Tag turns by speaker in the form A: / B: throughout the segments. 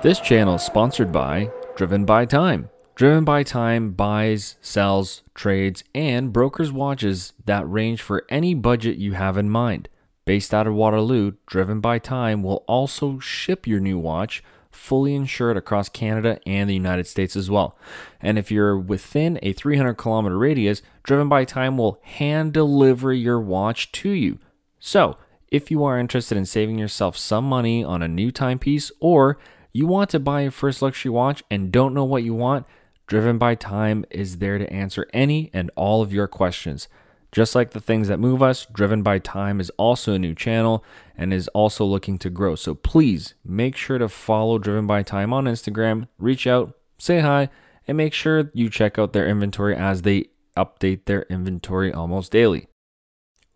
A: This channel is sponsored by Driven by Time. Driven by Time buys, sells, trades, and brokers watches that range for any budget you have in mind. Based out of Waterloo, Driven by Time will also ship your new watch fully insured across Canada and the United States as well. And if you're within a 300 kilometer radius, Driven by Time will hand deliver your watch to you. So, if you are interested in saving yourself some money on a new timepiece or you want to buy your first luxury watch and don't know what you want, Driven by Time is there to answer any and all of your questions. Just like the things that move us, Driven by Time is also a new channel and is also looking to grow. So please make sure to follow Driven by Time on Instagram, reach out, say hi, and make sure you check out their inventory as they update their inventory almost daily.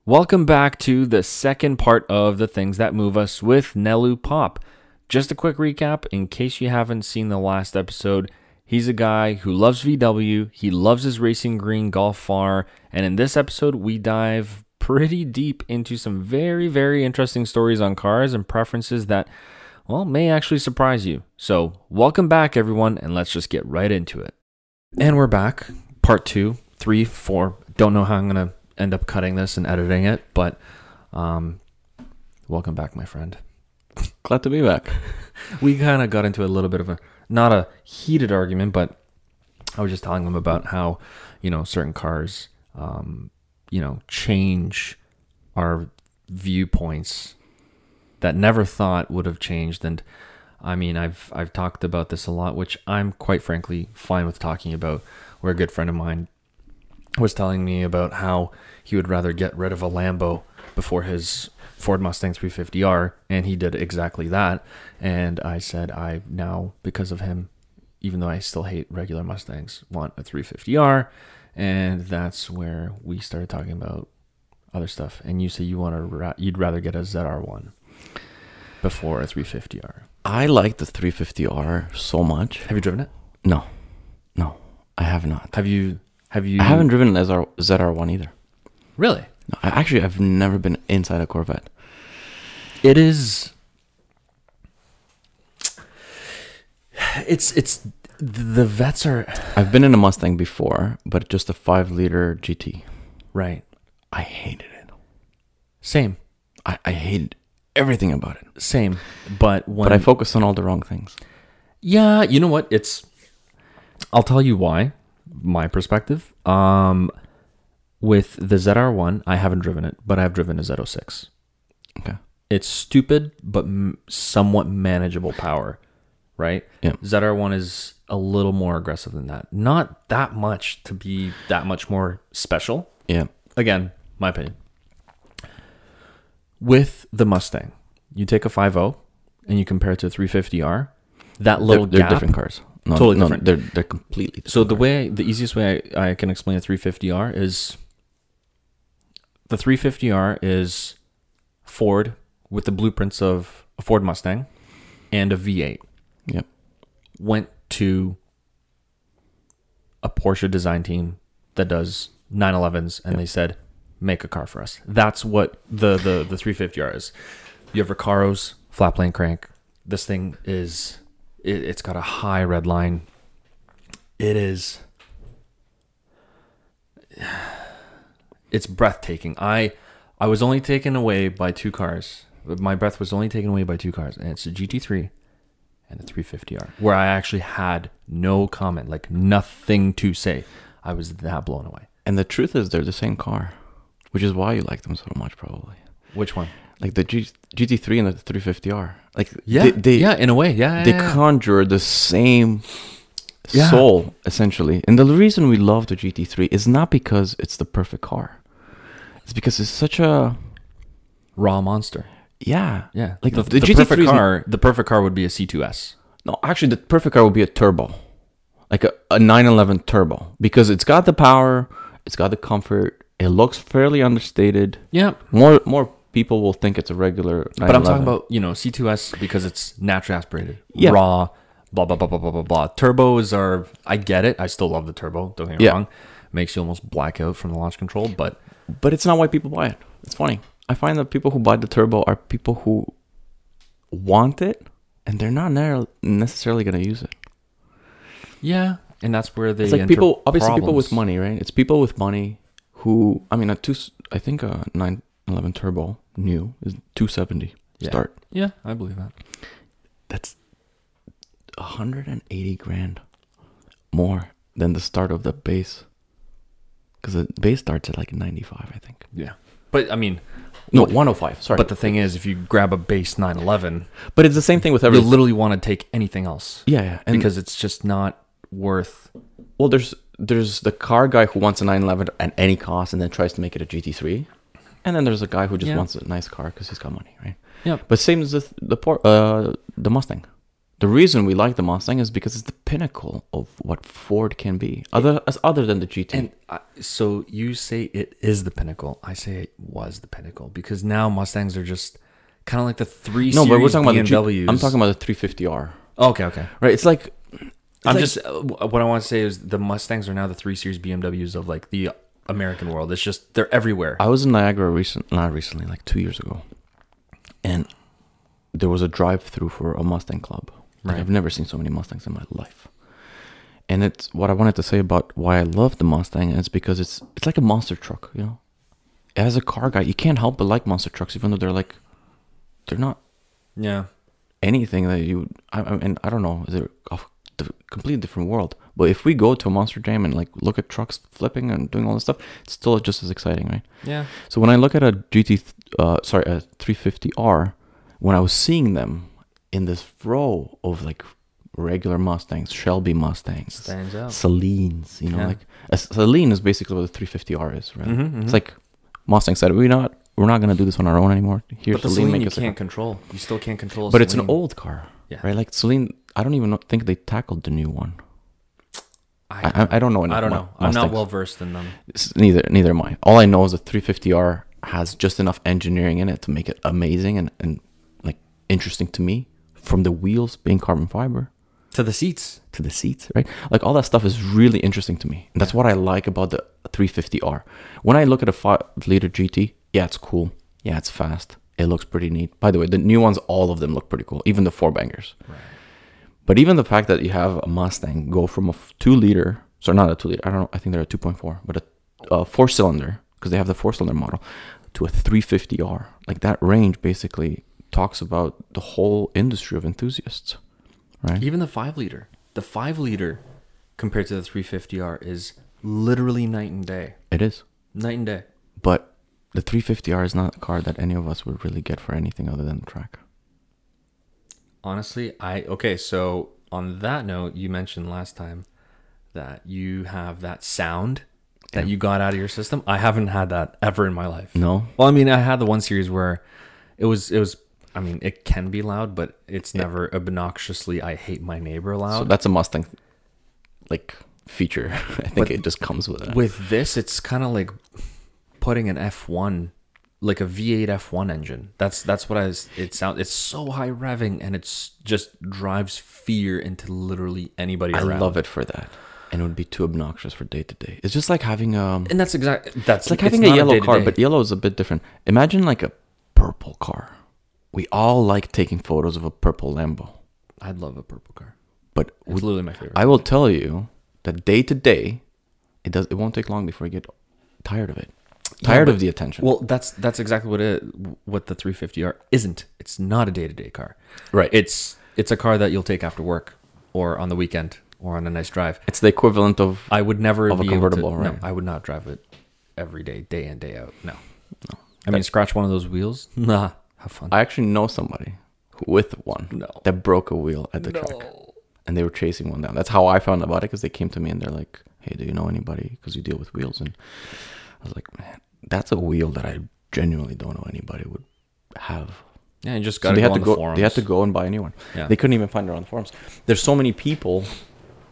A: Welcome back to the second part of the things that move us with Nelu Pop. Just a quick recap in case you haven't seen the last episode. He's a guy who loves VW, he loves his racing green Golf R, and in this episode, we dive pretty deep into some very, very interesting stories on cars and preferences that, well, may actually surprise you. So, welcome back, everyone, and let's just get right into it. And we're back, part two, three, four. Don't know how I'm going to end up cutting this and editing it, but um, welcome back, my friend.
B: Glad to be back.
A: we kind of got into a little bit of a not a heated argument, but I was just telling them about how you know certain cars, um, you know, change our viewpoints that never thought would have changed. And I mean, I've I've talked about this a lot, which I'm quite frankly fine with talking about. Where a good friend of mine was telling me about how he would rather get rid of a Lambo before his Ford Mustang 350R, and he did exactly that. And I said, I now, because of him, even though I still hate regular Mustangs, want a 350R. And that's where we started talking about other stuff. And you say you want to, ra- you'd rather get a ZR1 before a 350R.
B: I like the 350R so much.
A: Have you driven it?
B: No, no, I have not.
A: Have you? Have you?
B: I haven't driven an SR, ZR1 either.
A: really.
B: No, I actually I've never been inside a Corvette.
A: It is. It's it's the vets are
B: I've been in a Mustang before, but just a five liter GT.
A: right.
B: I hated it.
A: Same,
B: I, I hated everything about it.
A: same. But when
B: But I focused on all the wrong things.
A: Yeah, you know what? It's I'll tell you why. My perspective. Um with the ZR1, I haven't driven it, but I've driven a Z06.
B: Okay.
A: It's stupid but m- somewhat manageable power, right?
B: Yeah.
A: ZR1 is a little more aggressive than that. Not that much to be that much more special.
B: Yeah.
A: Again, my opinion. With the Mustang, you take a 50 and you compare it to a 350R, that little
B: they're, they're
A: gap
B: different cars. No,
A: Totally
B: no,
A: different.
B: They're they're completely
A: So the way the easiest way I, I can explain a 350R is the 350R is Ford with the blueprints of a Ford Mustang and a V8
B: Yep.
A: went to a Porsche design team that does 911s and they said make a car for us. That's what the the the 350R is. You have Recaros flat plane crank. This thing is it, it's got a high red line. It is it's breathtaking. I I was only taken away by two cars. My breath was only taken away by two cars, and it's a GT3 and the 350R, where I actually had no comment, like nothing to say. I was that blown away.
B: And the truth is, they're the same car, which is why you like them so much, probably.
A: Which one?
B: Like the G- GT3 and the 350R. Like
A: Yeah,
B: they, they,
A: yeah, in a way, yeah, yeah,
B: they
A: yeah.
B: conjure the same
A: Yeah.
B: soul essentially. And the reason we love the GT3 is not because it's the perfect car. It's because it's such a
A: raw monster.
B: yeah
A: Yeah,
B: like
A: the,
B: the,
A: the
B: GT3
A: perfect
B: is-
A: car. The perfect car would be a C2S.
B: No, actually, the perfect car would be a turbo, like a, a 911 turbo, because it's got the power, it's got the comfort, it looks fairly understated.
A: Yeah,
B: More more people will think it's a regular. 911.
A: but I'm talking about you know C2S because it's naturally aspirated,
B: Yeah.
A: raw, blah blah blah blah blah blah blah. Turbos are I get it. I still love the turbo. Don't get me
B: Yeah.
A: wrong. makes you almost black out from the launch control. But
B: But it's not why people buy it. It's funny. I find that people who buy the turbo are people who want it and they're not ne- necessarily going to use it.
A: yeah, and that's where they
B: It's like
A: enter
B: people, obviously, people with
A: problems.
B: money, right? It's people with money who, I mean, a two, I think a 911 turbo new is 270
A: Yeah.
B: start.
A: Yeah, I believe that.
B: That's 180 grand more than the start of the base. Because the base starts at like 95, I think.
A: Yeah, but I mean,
B: No, 105. Sorry.
A: but the thing is, if you grab a base 911,
B: But it's the same thing with every.
A: you literally want to take anything else
B: yeah, yeah. And
A: because it's just not worth.
B: well, there's there's the car guy who wants a 911 at any cost and then tries to make it a GT3, and then there's a guy who just
A: Yeah.
B: wants a nice car because he's got money, right?
A: Yeah,
B: But same as the the por- uh the Mustang. The reason we like the Mustang is because it's the pinnacle of what Ford can be, other as other than the GT.
A: and I, so you say it is the pinnacle. I say it was the pinnacle because now Mustangs are just kind of like the three.
B: no, but we're
A: Series
B: talking about the G-
A: BMWs.
B: I'm talking about the 350R,
A: Okay, okay.
B: right? It's like
A: I'm
B: like-
A: just uh, w- what I want to say is the Mustangs are now the three series BMWs of like the American world. It's just they're everywhere.
B: I was in Niagara recent, not recently, like two years ago, and there was a drive-through for a Mustang club. Like
A: Right.
B: I've never seen so many Mustangs in my life. And it's what I wanted to say about why I love the Mustang. And it's because it's it's like a monster truck, you know. As a car guy, you can't help but like monster trucks, even though they're like they're not
A: yeah,
B: anything that you. I, I and I don't know, they're of a completely different world. But if we go to a monster jam and like look at trucks flipping and doing all this stuff, it's still just as exciting, right?
A: yeah,
B: So when I look at a GT, th- uh, sorry, a 350R, when I was seeing them in this row of like regular Mustangs, Shelby Mustangs,
A: stands out.
B: Salines, you know,
A: Yeah. Mm-hmm,
B: like a Saline is basically what the 350R is, right? It's like Mustang said, we're not, we're not gonna do this on our own anymore. Here's
A: But the
B: Saline,
A: Celine
B: make
A: you
B: us a
A: can't control. You still can't control. a
B: but it's an
A: Celine.
B: old car,
A: Yeah.
B: right? Like Celine, I don't even know, think they tackled the new one. I,
A: I,
B: I, I don't know. enough
A: I don't
B: Mu-
A: know. I'm not
B: Mustangs.
A: well versed in them.
B: S- neither neither am I. All I know is the 350R has just enough engineering in it to make it amazing and, and like interesting to me. From the wheels being carbon fiber
A: To the seats.
B: to the seats, right? Like all that stuff is really interesting to me. And that's what I like about the 350R. When I look at a five liter GT, yeah, it's cool. Yeah, it's fast. It looks pretty neat. By the way, the new ones, all of them look pretty cool, even the four bangers. But even the fact that you have a Mustang go from a f- two liter, so not a two liter, I don't know, I think they're a 2.4, but a, a four cylinder, because they have the four cylinder model, to a 350R. Like that range basically talks about the whole industry of enthusiasts, right?
A: Even the five liter. The five liter compared to the 350R is literally night and day.
B: It is.
A: Night and day.
B: But the 350R is not a car that any of us would really get for anything other than the track.
A: Honestly, I okay. So on that note, you mentioned last time that you have that sound that you got out of your system. I haven't had that ever in my life.
B: No?
A: Well, I mean, I had the one series where it was it was. I mean, it can be loud, but it's never obnoxiously. I hate my neighbor
B: So
A: loud.
B: that's a Mustang like feature. I think it just comes with it.
A: With this, it's kind of like putting an F one, like a V eight F one engine. That's that's what I. was- It sounds. It's so high revving, and it's just drives fear into literally anybody
B: I
A: around.
B: love it for that. And it would be too obnoxious for day to day. It's just like having um
A: And that's exactly that's
B: it's like having a
A: not
B: yellow car,
A: day-to-day.
B: but yellow is a bit different. Imagine like a purple car. We all like taking photos of a purple Lambo.
A: I'd love a purple car.
B: But
A: It's literally my favorite.
B: I will tell you that day to day, it does it won't take long before you get tired of it. Tired of the attention.
A: well, that's that's exactly what it what the 350R isn't. It's not a day to day car.
B: Right.
A: It's it's a car that you'll take after work or on the weekend or on a nice drive.
B: It's the equivalent of
A: I would never
B: Of a
A: be able to-
B: convertible, right.
A: No, I would not drive it every day, day in day out. No. No. I mean, scratch one of those wheels. Nah. Have fun.
B: I actually know somebody who, with one
A: No.
B: that broke a wheel at the track, and they were chasing one down. That's how I found about it because they came to me and they're like, "Hey, do you know anybody? Because you deal with wheels." And I was like, "Man, that's a wheel that I genuinely don't know anybody would have."
A: yeah, you just
B: So
A: got to
B: they
A: go
B: had
A: on
B: to
A: the
B: go.
A: forums.
B: They had to go and buy a new one.
A: Yeah.
B: They couldn't even find it on the forums. There's so many people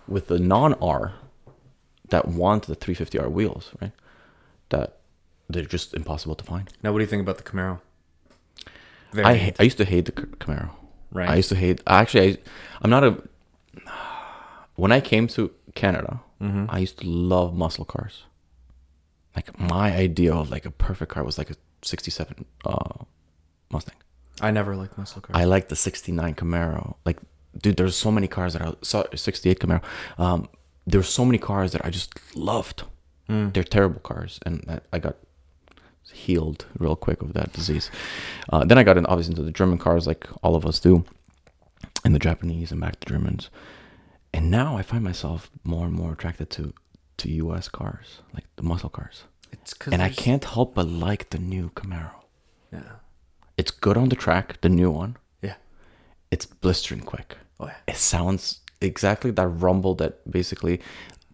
B: with the non-R that want the 350R wheels, right? That they're just impossible to find.
A: Now, what do you think about the Camaro?
B: I, ha- I used to hate the Ca- Camaro.
A: Right.
B: I used to hate. Actually, I, I'm not a. When I came to Canada, I used to love muscle cars. Like my idea of like a perfect car was like a 67 uh, Mustang.
C: I never liked muscle cars.
B: I like the 69 Camaro. Like, dude, there's so many cars that I so- 68 Camaro. Um, there's so many cars that I just loved. They're terrible cars, and I, I got healed real quick of that disease. Uh, then I got in, obviously into the German cars, like all of us do, and the Japanese, and back to Germans. And now I find myself more and more attracted to to U.S. cars, like the muscle cars.
C: it's because
B: and I can't help but like the new Camaro.
C: Yeah.
B: It's good on the track, the new one.
C: Yeah.
B: It's blistering quick
C: Oh yeah.
B: it sounds exactly that rumble that basically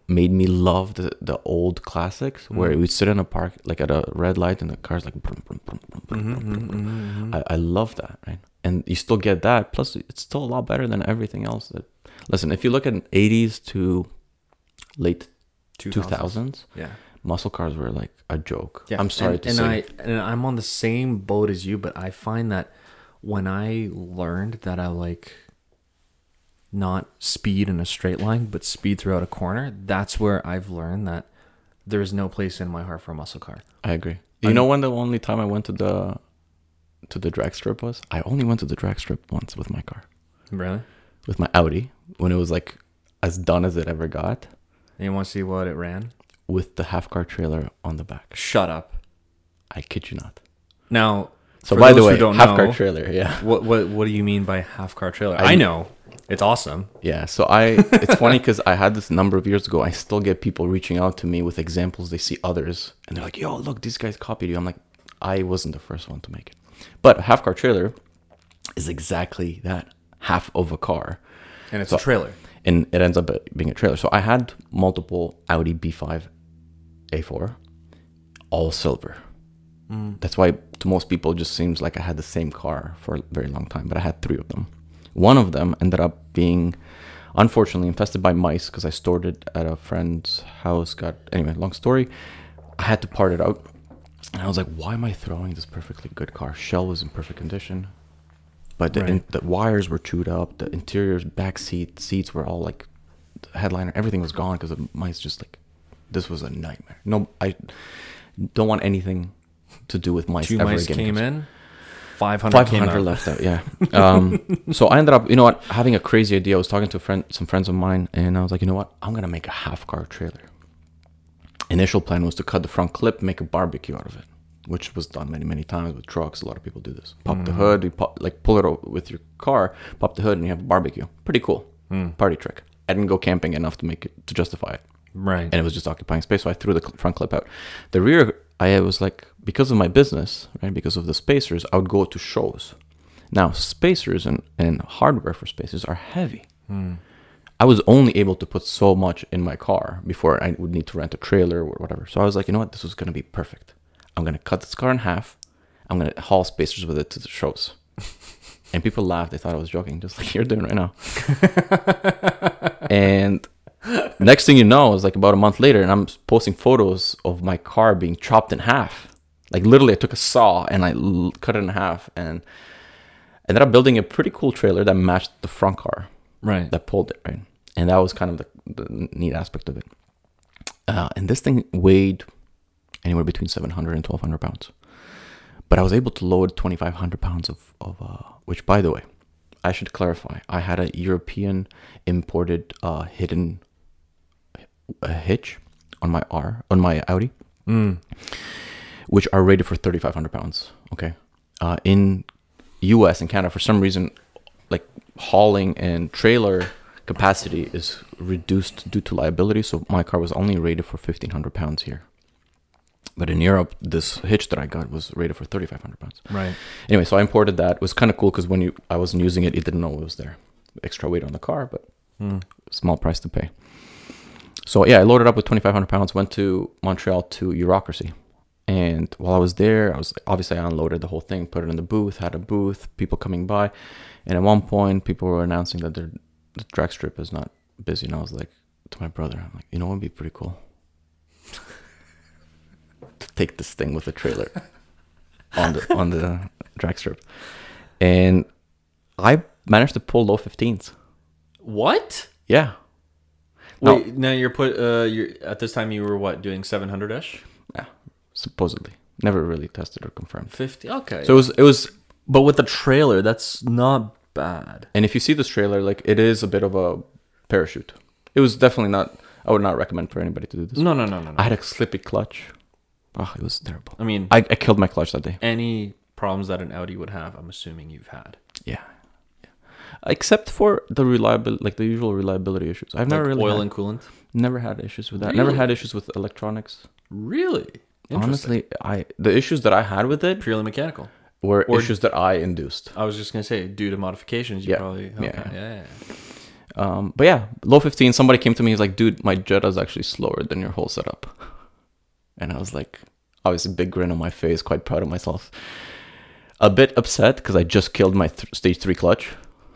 B: made me love the, the old classics where
C: Mm-hmm.
B: we sit in a park like at a red light and the car's like brum, brum, brum, brum, brum,
C: Mm-hmm,
B: brum, brum, brum. I, I love that right and you still get that plus it's still a lot better than everything else that listen if you look at 80s to late 2000s
C: Yeah.
B: muscle cars were like a joke
C: Yeah.
B: i'm sorry
C: and,
B: to
C: and
B: say
C: I and I'm on the same boat as you, but I find that when I learned that I like not speed in a straight line, but speed throughout a corner, that's where I've learned that there is no place in my heart for a muscle car.
B: I agree. You know when the only time I went to the to the drag strip was? I only went to the drag strip once with my car,
C: Really?
B: with my Audi, when it was like as done as it ever got,
C: You want to see what it ran?
B: with the half car trailer on the back.
C: Shut up.
B: I kid you not.
C: Now,
B: So
C: for
B: by the
C: those who
B: way,
C: don't
B: half
C: know,
B: car trailer, yeah,
C: What what what do you mean by half car trailer?
B: I-
C: I, know. It's awesome.
B: yeah. So I, it's funny because I had this a number of years ago. I still get people reaching out to me with examples they see others, and they're like, "Yo, look, these guys copied you." I'm like, I wasn't the first one to make it, but half car trailer is exactly that half of a car.
C: And it's a trailer.
B: and it ends up being a trailer. So I had multiple Audi B5, A4, all silver. That's why to most people it just seems like I had the same car for a very long time, but I had three of them. One of them ended up being unfortunately infested by mice because I stored it at a friend's house. Got anyway, long story. I had to part it out. And I was like, why am I throwing this perfectly good car? Shell was in perfect condition but the, in, the wires were chewed up. The interiors, back seat, seats were all like the headliner. Everything was gone because the mice just like this was a nightmare. No, I don't want anything to do with mice
C: Two
B: ever
C: mice
B: again.
C: came in, 500,
B: Five
C: came
B: hundred
C: out.
B: left out. Yeah. Um, so I ended up, you know what, having a crazy idea. I was talking to a friend, some friends of mine, and I was like, you know what, I'm gonna make a half car trailer. Initial plan was to cut the front clip, make a barbecue out of it, which was done many, many times with trucks. A lot of people do this. Pop the hood, you pop, like pull it o- with your car, pop the hood, and you have a barbecue. Pretty cool party trick. I didn't go camping enough to make it to justify it
C: Right.
B: and it was just occupying space. So I threw the cl- front clip out. The rear, I was like, because of my business, right? Because of the spacers, I would go to shows. Now, spacers and, and hardware for spacers are heavy. I was only able to put so much in my car before I would need to rent a trailer or whatever. So I was like, you know what? This was going to be perfect. I'm going to cut this car in half. I'm going to haul spacers with it to the shows. and people laughed. They thought I was joking, just like you're doing right now. and next thing you know, it's like about a month later, and I'm posting photos of my car being chopped in half. Like literally, I took a saw and I l- cut it in half, and ended up building a pretty cool trailer that matched the front car
A: Right.
B: that pulled it right, and that was kind of the, the neat aspect of it. Uh, and this thing weighed anywhere between 700 and 1200 pounds, but I was able to load 2500 pounds of of uh, which, by the way, I should clarify. I had a European imported uh, hidden a hitch on my R on my Audi, which are rated for 3,500 pounds. Okay, uh, in U.S. and Canada, for some reason, like hauling and trailer capacity is reduced due to liability. So my car was only rated for 1,500 pounds here. But in Europe, this hitch that I got was rated for 3,500 pounds.
C: Right.
B: Anyway, so I imported that. It was kind of cool because when you I wasn't using it, it didn't know it was there. Extra weight on the car, but small price to pay. So yeah, I loaded up with 2,500 pounds. Went to Montreal to Eurocracy, and while I was there, I was obviously I unloaded the whole thing, put it in the booth, had a booth, people coming by, and at one point, people were announcing that their the drag strip is not busy, and I was like to my brother, I'm like, you know, it'd be pretty cool to take this thing with a trailer on the on the drag strip, and I managed to pull low 15s.
C: What?
B: Yeah.
C: Wait, now you're put. Uh, you're at this time you were what doing 700 ish?
B: Yeah, supposedly. Never really tested or confirmed.
A: 50. Okay.
B: So it was it was
A: but with the trailer, that's not bad.
B: and if you see this trailer, like it is a bit of a parachute. It was definitely not I would not recommend for anybody to do this.
A: No, no, no, no.
B: I
A: no.
B: had a slippy clutch. Oh, it was terrible.
A: I mean,
B: I, I killed my clutch that day.
A: any problems that an Audi would have, I'm assuming you've had.
B: Yeah. Except for the reliable, like the usual reliability issues. I've never
A: Like
B: really
A: oil
B: had,
A: and coolant.
B: never had issues with that. Never
A: Really?
B: had issues with electronics.
A: Really? Interesting.
B: Honestly, I the issues that I had with it
A: Purely mechanical.
B: were
A: Or-
B: issues that I induced.
A: I was just gonna say, due to modifications, you
B: Yeah.
A: probably
B: Yeah,
A: okay.
B: yeah.
A: yeah. yeah,
B: Um, but yeah, low 15, somebody came to me, he's like, dude, my Jetta's actually slower than your whole setup. And I was like, obviously, big grin on my face, quite proud of myself. A bit upset because I just killed my th- stage three clutch.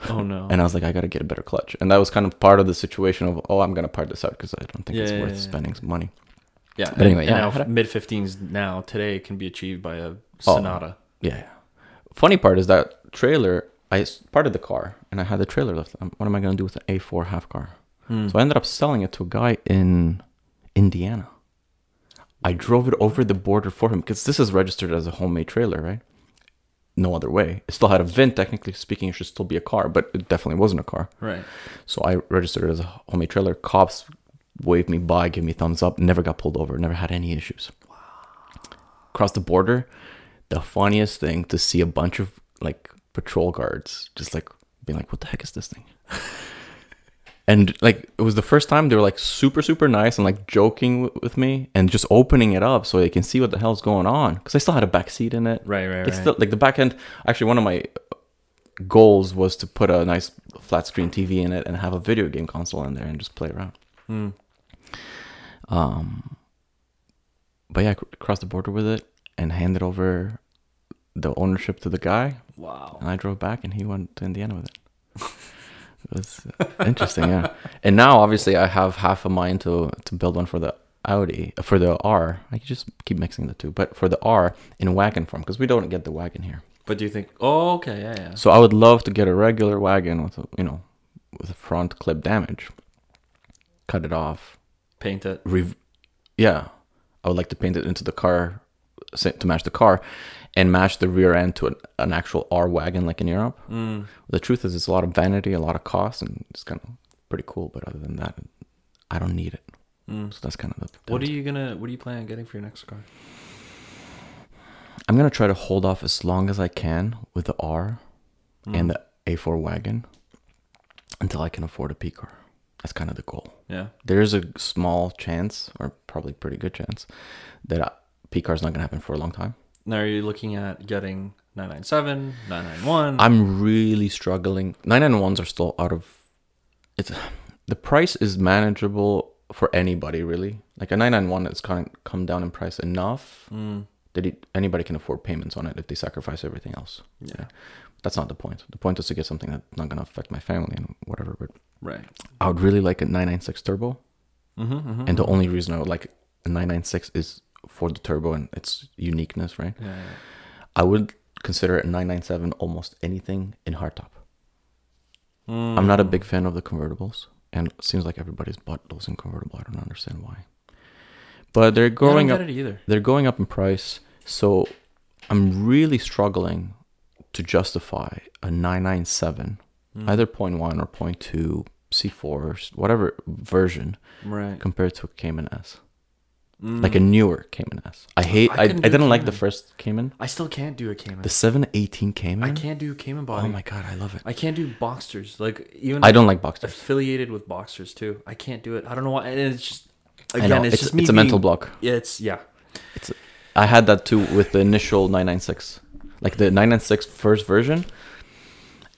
A: Oh no.
B: And I was like, I gotta get a better clutch. And that was kind of part of the situation of, oh, I'm gonna part this out because I don't think
A: Yeah,
B: it's
A: yeah,
B: worth
A: yeah, yeah.
B: spending some money.
A: yeah.
B: but anyway, yeah, Oh. I had
A: Now,
B: a-
A: mid 15s now today can be achieved by a Sonata.
B: Yeah. yeah. Funny part is that trailer, I s- parted the car and I had the trailer left. Um, What am I gonna do with an A4 half car? So I ended up selling it to a guy in Indiana. I drove it over the border for him because this is registered as a homemade trailer, right? No other way. It still had a VIN, technically speaking, it should still be a car, but it definitely wasn't a car.
A: Right.
B: So I registered as a homemade trailer. Cops waved me by, gave me thumbs up, never got pulled over, never had any issues. Wow. Across the border, the funniest thing to see a bunch of like patrol guards just like being like, what the heck is this thing? and like it was the first time they were like super super nice and like joking w- with me and just opening it up so they can see what the hell's going on because i still had a back seat in it
A: Right, right,
B: it's
A: right.
B: still like the back end actually one of my goals was to put a nice flat screen TV in it and have a video game console in there and just play around.
A: Hmm.
B: Um, but yeah, I cr- crossed the border with it and handed over the ownership to the guy,
A: Wow.
B: and I drove back, and he went to Indiana with it. it was interesting, yeah. And now, obviously, I have half a mind to to build one for the Audi for the R. I just keep mixing the two, but for the R in wagon form because we don't get the wagon here.
A: But do you think? Oh, okay, yeah, yeah.
B: So I would love to get a regular wagon with a, you know, with a front clip damage. Cut it off.
A: Paint it.
B: Rev- yeah, I would like to paint it into the car sa- to match the car, and match the rear end to an, an actual R wagon like in Europe. Mm. The truth is, it's a lot of vanity, a lot of cost, and it's kind of pretty cool. But other than that, I don't need it. So that's kind of the.
A: Mm. What are you gonna? What are you planning on getting for your next car?
B: I'm gonna try to hold off as long as I can with the R
A: Mm.
B: and the A4 wagon until I can afford a P car. That's kind of the goal.
A: Yeah.
B: There is a small chance, or probably pretty good chance, that uh, P car is not gonna happen for a long time.
A: Now, are you looking at getting 997, 991?
B: I'm really struggling. Nine and ones are still out of. It's the price is manageable for anybody really. Like a nine and one has kind of come down in price enough
A: Mm.
B: that it, anybody can afford payments on it if they sacrifice everything else.
A: Yeah.
B: that's not the point. The point is to get something that's not gonna affect my family and whatever. But
A: Right.
B: I would really like a nine nine six turbo,
A: Mm-hmm, mm-hmm.
B: and the only reason I would like a nine nine six is for the turbo and its uniqueness, right?
A: Yeah, yeah.
B: I would consider a 997 almost anything in hardtop. I'm not a big fan of the convertibles, and it seems like everybody's bought those in convertible. I don't understand why. But they're
A: I
B: going
A: don't
B: up.
A: get it either.
B: They're going up in price, so I'm really struggling to justify a 997,
A: Hmm.
B: either 0.1 or 0.2 C4, whatever version,
A: Right.
B: compared to a Cayman S, like a newer Cayman S. I hate. I, I,
A: Hmm. couldn't do
B: didn't like the
A: Cayman.
B: first Cayman.
A: I still can't do a Cayman.
B: The 718 Cayman.
A: I can't do Cayman body.
B: Oh my god, I love it.
A: I can't do Boxsters. Like even
B: I don't like Boxster.
A: affiliated with Boxsters too. I can't do it. I don't know why. And it's just
B: I
A: again,
B: know
A: it's,
B: it's
A: just me
B: it's, a mental
A: being-
B: block.
A: Yeah, it's yeah.
B: It's I had that too with the initial 996. Like the 996 first version,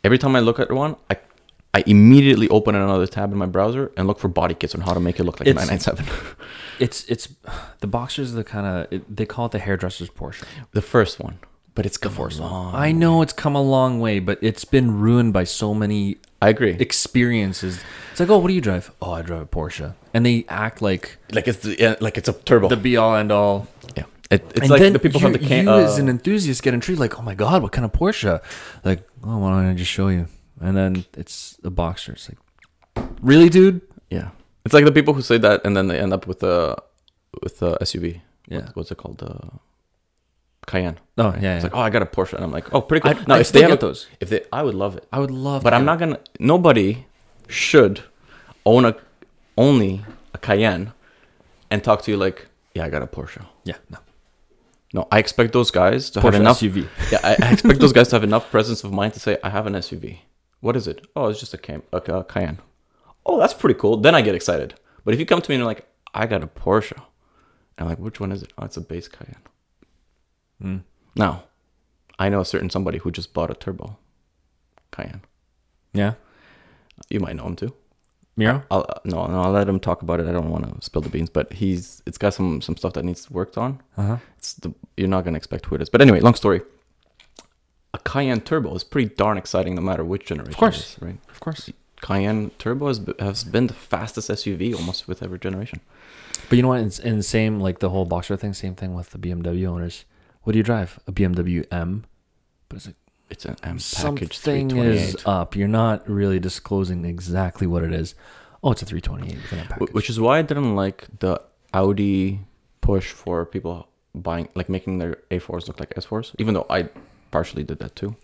B: every time I look at one, I I immediately open another tab in my browser and look for body kits on how to make it look like a
A: It's-
B: 997.
A: It's it's the Boxsters are the kind of they call it the hairdresser's Um, Porsche.
B: the first one, but it's come along.
A: I know it's come a long way, but it's been ruined by so many
B: I agree.
A: experiences. It's like, oh, what do you drive? Oh, I drive a Porsche, and they act like
B: like it's the, yeah, like it's a turbo.
A: the be all end all.
B: yeah. It, it's
A: and
B: like
A: then
B: the people
A: you,
B: from the can-
A: you as
B: uh,
A: an enthusiast get intrigued, like, oh my god, what kind of Porsche? Like, oh, why don't I just show you? And then it's a Boxster. It's like, really, dude?
B: yeah. It's like the people who say that and then they end up with a with a SUV
A: Yeah.
B: what's it called? The Cayenne.
A: Oh,
B: right?
A: yeah,
B: It's
A: yeah.
B: like, oh, I got a Porsche, and I'm like, oh, pretty cool.
A: I'd- I'd still get
B: a-
A: those.
B: if they, I would love it.
A: I would love.
B: But
A: to
B: I'm
A: get
B: not gonna. Nobody should own a only a Cayenne and talk to you like, yeah, I got a Porsche.
A: Yeah, no.
B: No, I expect those guys to have
A: Porsche
B: enough.
A: SUV.
B: yeah, I, I expect those guys to have enough presence of mind to say, I have an SUV. What is it? Oh, it's just a, Cam- a, a Cayenne. Oh, that's pretty cool. Then I get excited. But if you come to me and you're like, I got a Porsche, and I'm like, which one is it? Oh, it's a base Cayenne. Now, I know a certain somebody who just bought a turbo Cayenne.
A: Yeah,
B: You might know him too.
A: Miro.
B: I'll uh, no, no, I'll let him talk about it. I don't want to spill the beans, but he's it's got some some stuff that needs worked on.
A: Uh-huh.
B: It's the, you're not gonna expect who it is, but anyway, long story. A Cayenne Turbo is pretty darn exciting, no matter which generation. Of
A: course.
B: right?
A: Of course.
B: Cayenne Turbo has, b- has been the fastest SUV almost with every generation.
A: But you know what? It's in the same like the whole boxer thing. Same thing with the BMW owners. What do you drive? A BMW M. But it's like
B: It's an M package
A: something
B: 328,
A: is up. You're not really disclosing exactly what it is. Oh, it's a 328 with an M package.
B: Wh- which is why I didn't like the Audi push for people buying, like making their A4s look like S4s, even though I partially did that too.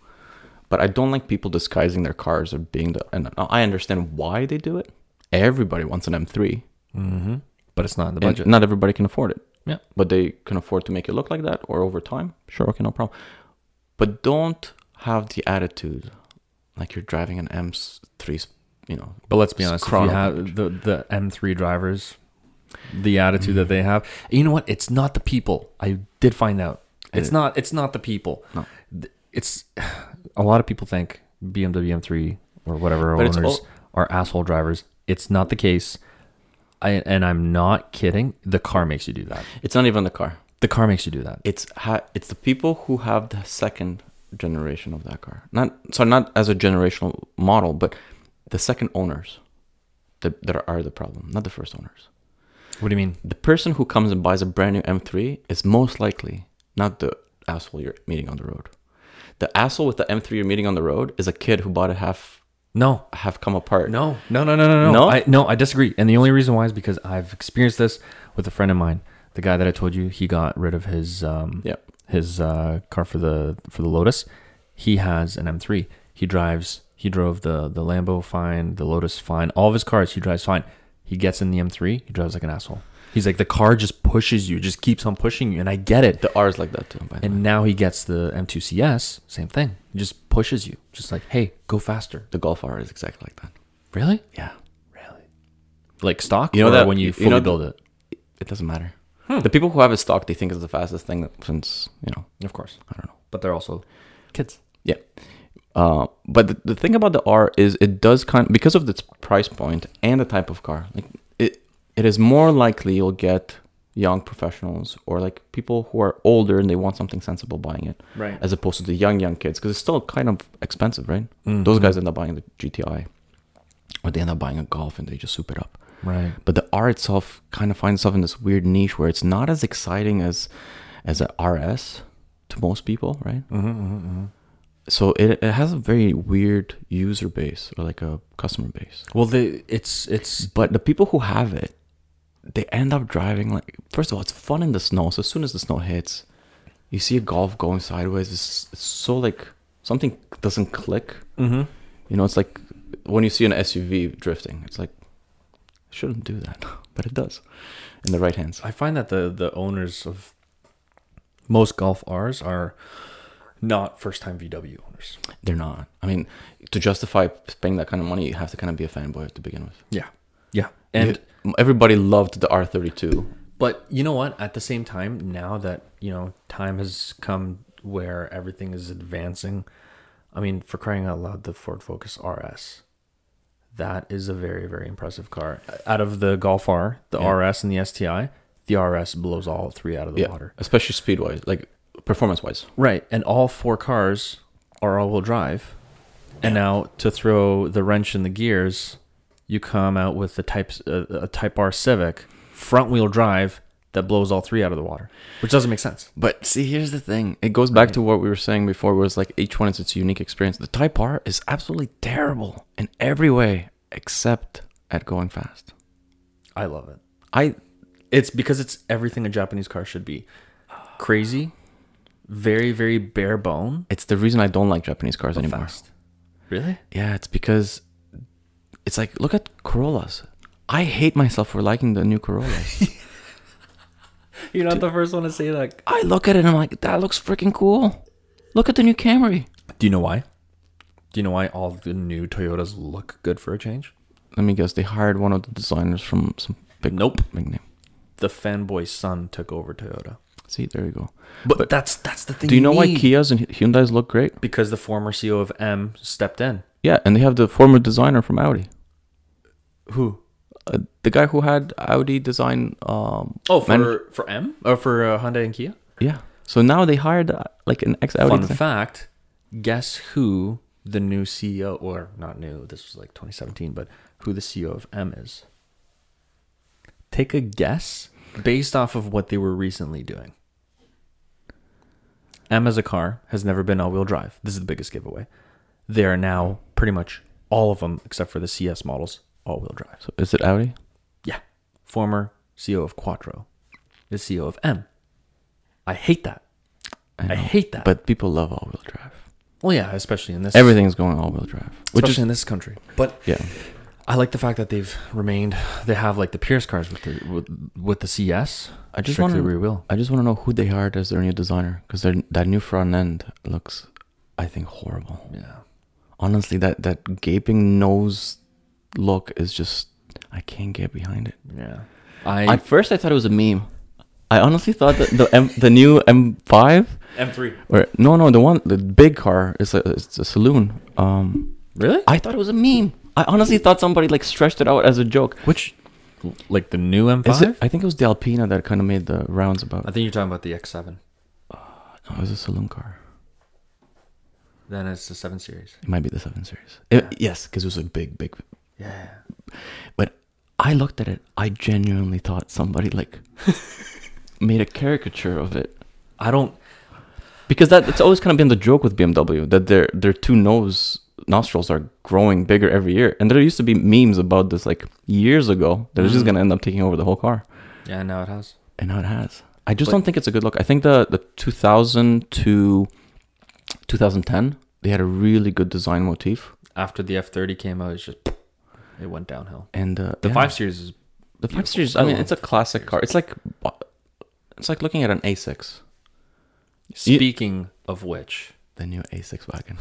B: But I don't like people disguising their cars or being the. And I understand why they do it. Everybody wants an M3.
A: mm-hmm. But it's not in the
B: and
A: budget.
B: Not everybody can afford it.
A: Yeah.
B: But they can afford to make it look like that or over time. Sure, okay, no problem. But don't have the attitude like you're driving an M3, you know.
A: But let's be honest, if you
B: Chrono
A: have the, the M3 drivers, the attitude
B: Mm.
A: that they have, you know what? It's not the people. I did find out. It's not. It's not the people.
B: No.
A: Th- It's a lot of people think BMW M3 or whatever
B: But it's
A: owners
B: all-
A: are asshole drivers. It's not the case. I and I'm not kidding. The car makes you do that.
B: It's not even the car.
A: The car makes you do that.
B: it's ha- it's the people who have the second generation of that car. Not so not as a generational model, but the second owners that, that are the problem, not the first owners.
A: What do you mean?
B: The person who comes and buys a brand new M3 is most likely not the asshole you're meeting on the road. The asshole with the M3 you're meeting on the road is a kid who bought it half
A: No,
B: half come apart.
A: No, no, no, no, no, no.
B: No?
A: I, no, I disagree. And the only reason why is because I've experienced this with a friend of mine. The guy that I told you, he got rid of his um,
B: Yeah.
A: his uh, car for the for the Lotus. He has an M3. He drives. He drove the the Lambo fine, the Lotus fine. All of his cars, he drives fine. He gets in the M3. He drives like an asshole. He's like the car just pushes you, just keeps on pushing you, and I get it.
B: The R is like that too. By the way.
A: And now he gets the M2CS. Same thing. He just pushes you, just like, hey, go faster.
B: The Golf R is exactly like that.
A: Really?
B: Yeah.
A: Really? Like stock?
B: You know
A: or
B: that-
A: when you
B: you
A: fully
B: know-
A: build it.
B: It doesn't matter.
A: Hmm.
B: The people who have it stock, they think it's the fastest thing since you know
A: Of course.
B: I don't know.
A: But they're also kids.
B: Yeah. Uh, but the, the thing about the R is it does kind because of its price point and the type of car. Like it, it is more likely you'll get young professionals or like people who are older and they want something sensible buying it,
A: Right.
B: As opposed to the young young kids because it's still kind of expensive, right? Those guys end up buying the GTI, or they end up buying a Golf and they just soup it up.
A: Right.
B: But the R itself kind of finds itself in this weird niche where it's not as exciting as as a RS to most people, right? Mm-hmm, So it, it has a very weird user base or like a customer base.
A: Well, they, it's it's
B: But the people who have it, they end up driving like first of all, it's fun in the snow. So as soon as the snow hits, you see a golf going sideways. It's, it's so like something doesn't click.
A: mm-hmm.
B: You know, it's like when you see an SUV drifting, it's like, it shouldn't do that, but it does in the right hands.
A: I find that the the owners of most Golf R's are not first time VW owners.
B: They're not. I mean, to justify spending that kind of money, you have to kind of be a fanboy to begin with.
A: Yeah. Yeah. And
B: You- everybody loved the R32.
A: But you know what? At the same time, now that you know time has come where everything is advancing, I mean, for crying out loud, the Ford Focus RS, that is a very very impressive car. Out of the Golf R, the RS, and the STI, the RS blows all three out of the
B: Yeah.
A: water.
B: Especially speed wise, like performance wise.
A: Right, and all four cars are all-wheel drive, and now to throw the wrench in the gears, you come out with the type uh, a Type R Civic front-wheel drive that blows all three out of the water, which doesn't make sense.
B: But see, here's the thing. It goes back to what we were saying before, was like each one is its unique experience. The Type R is absolutely terrible in every way except at going fast.
A: I love it.
B: I
A: It's because it's everything a Japanese car should be. Crazy, very very bare bone,
B: It's the reason I don't like Japanese cars
A: but
B: anymore.
A: fast. Really?
B: Yeah, it's because it's like look at Corollas. I hate myself for liking the new Corollas.
A: You're not the first one to say that.
B: I look at it and I'm like, that looks freaking cool. Look at the new Camry.
A: Do you know why? Do you know why all the new Toyotas look good for a change?
B: Let me guess, they hired one of the designers from some big
A: Nope.
B: big name.
A: The fanboy son took over Toyota.
B: See, there you go.
A: But, that's that's the thing.
B: Do you know why
A: need.
B: Kias and Hyundai's look great?
A: Because the former CEO of M stepped in.
B: Yeah, and they have the former designer from Audi.
A: Who?
B: Uh, the guy who had Audi design. Um,
A: Oh, for
B: manage-
A: for M or for uh, Hyundai and Kia.
B: yeah. So now they hired uh, like an ex Audi.
A: Fun fact: Guess who the new CEO, or not new? This was like 2017, but who the CEO of M is? Take a guess based off of what they were recently doing. M as a car has never been all-wheel drive. This is the biggest giveaway. They are now pretty much all of them, except for the CS models, all-wheel drive.
B: So is it Audi?
A: Yeah, former CEO of Quattro is CEO of M. I hate that. I,
B: know.
A: hate that.
B: But people love all wheel drive.
A: Well, yeah, especially in this
B: Everything's going all wheel drive. Which
A: especially
B: is
A: in this country. But
B: yeah.
A: I like the fact that they've remained. They have like the Pierce cars with the with, with the CS.
B: I just
A: strictly
B: wanna-
A: rear wheel.
B: I just want to know who they hired as their new designer because that new front end looks, I think, horrible.
A: Yeah,
B: Honestly, that that gaping nose look is just I can't get behind it.
A: yeah. I
B: At first, I thought it was a meme. I honestly thought that the M, the new M5
A: M three
B: or no no the one the big car is a it's a saloon. Um,
A: really?
B: I thought it was a meme. I honestly thought somebody like stretched it out as a joke.
A: Which like the new M
B: Is it,
A: five?
B: I think it was the Alpina that kind of made the rounds about.
A: I
B: No,
A: think you're talking about the X seven.
B: it was a saloon car.
A: Then it's the seven series.
B: It might be the seven series. It- yes, because it was a big, big.
A: Yeah.
B: But I looked at it. I genuinely thought somebody like made a caricature of it
A: I don't.
B: because that it's always kind of been the joke with BMW that their their two nose nostrils are growing bigger every year, and there used to be memes about this like years ago that
A: Mm-hmm.
B: it's just gonna end up taking over the whole car,
A: Yeah, now it has.
B: and now it has. I just don't think it's a good look. I think the the 2000 to 2010 they had a really good design motif,
A: After the F thirty came out, it's just it went downhill.
B: and uh,
A: The
B: yeah.
A: five series is
B: The five
A: Beautiful.
B: series. I mean,
A: Oh.
B: it's a classic car. It's like it's like looking at an A6, You-
A: speaking of which.
B: the new A6 wagon.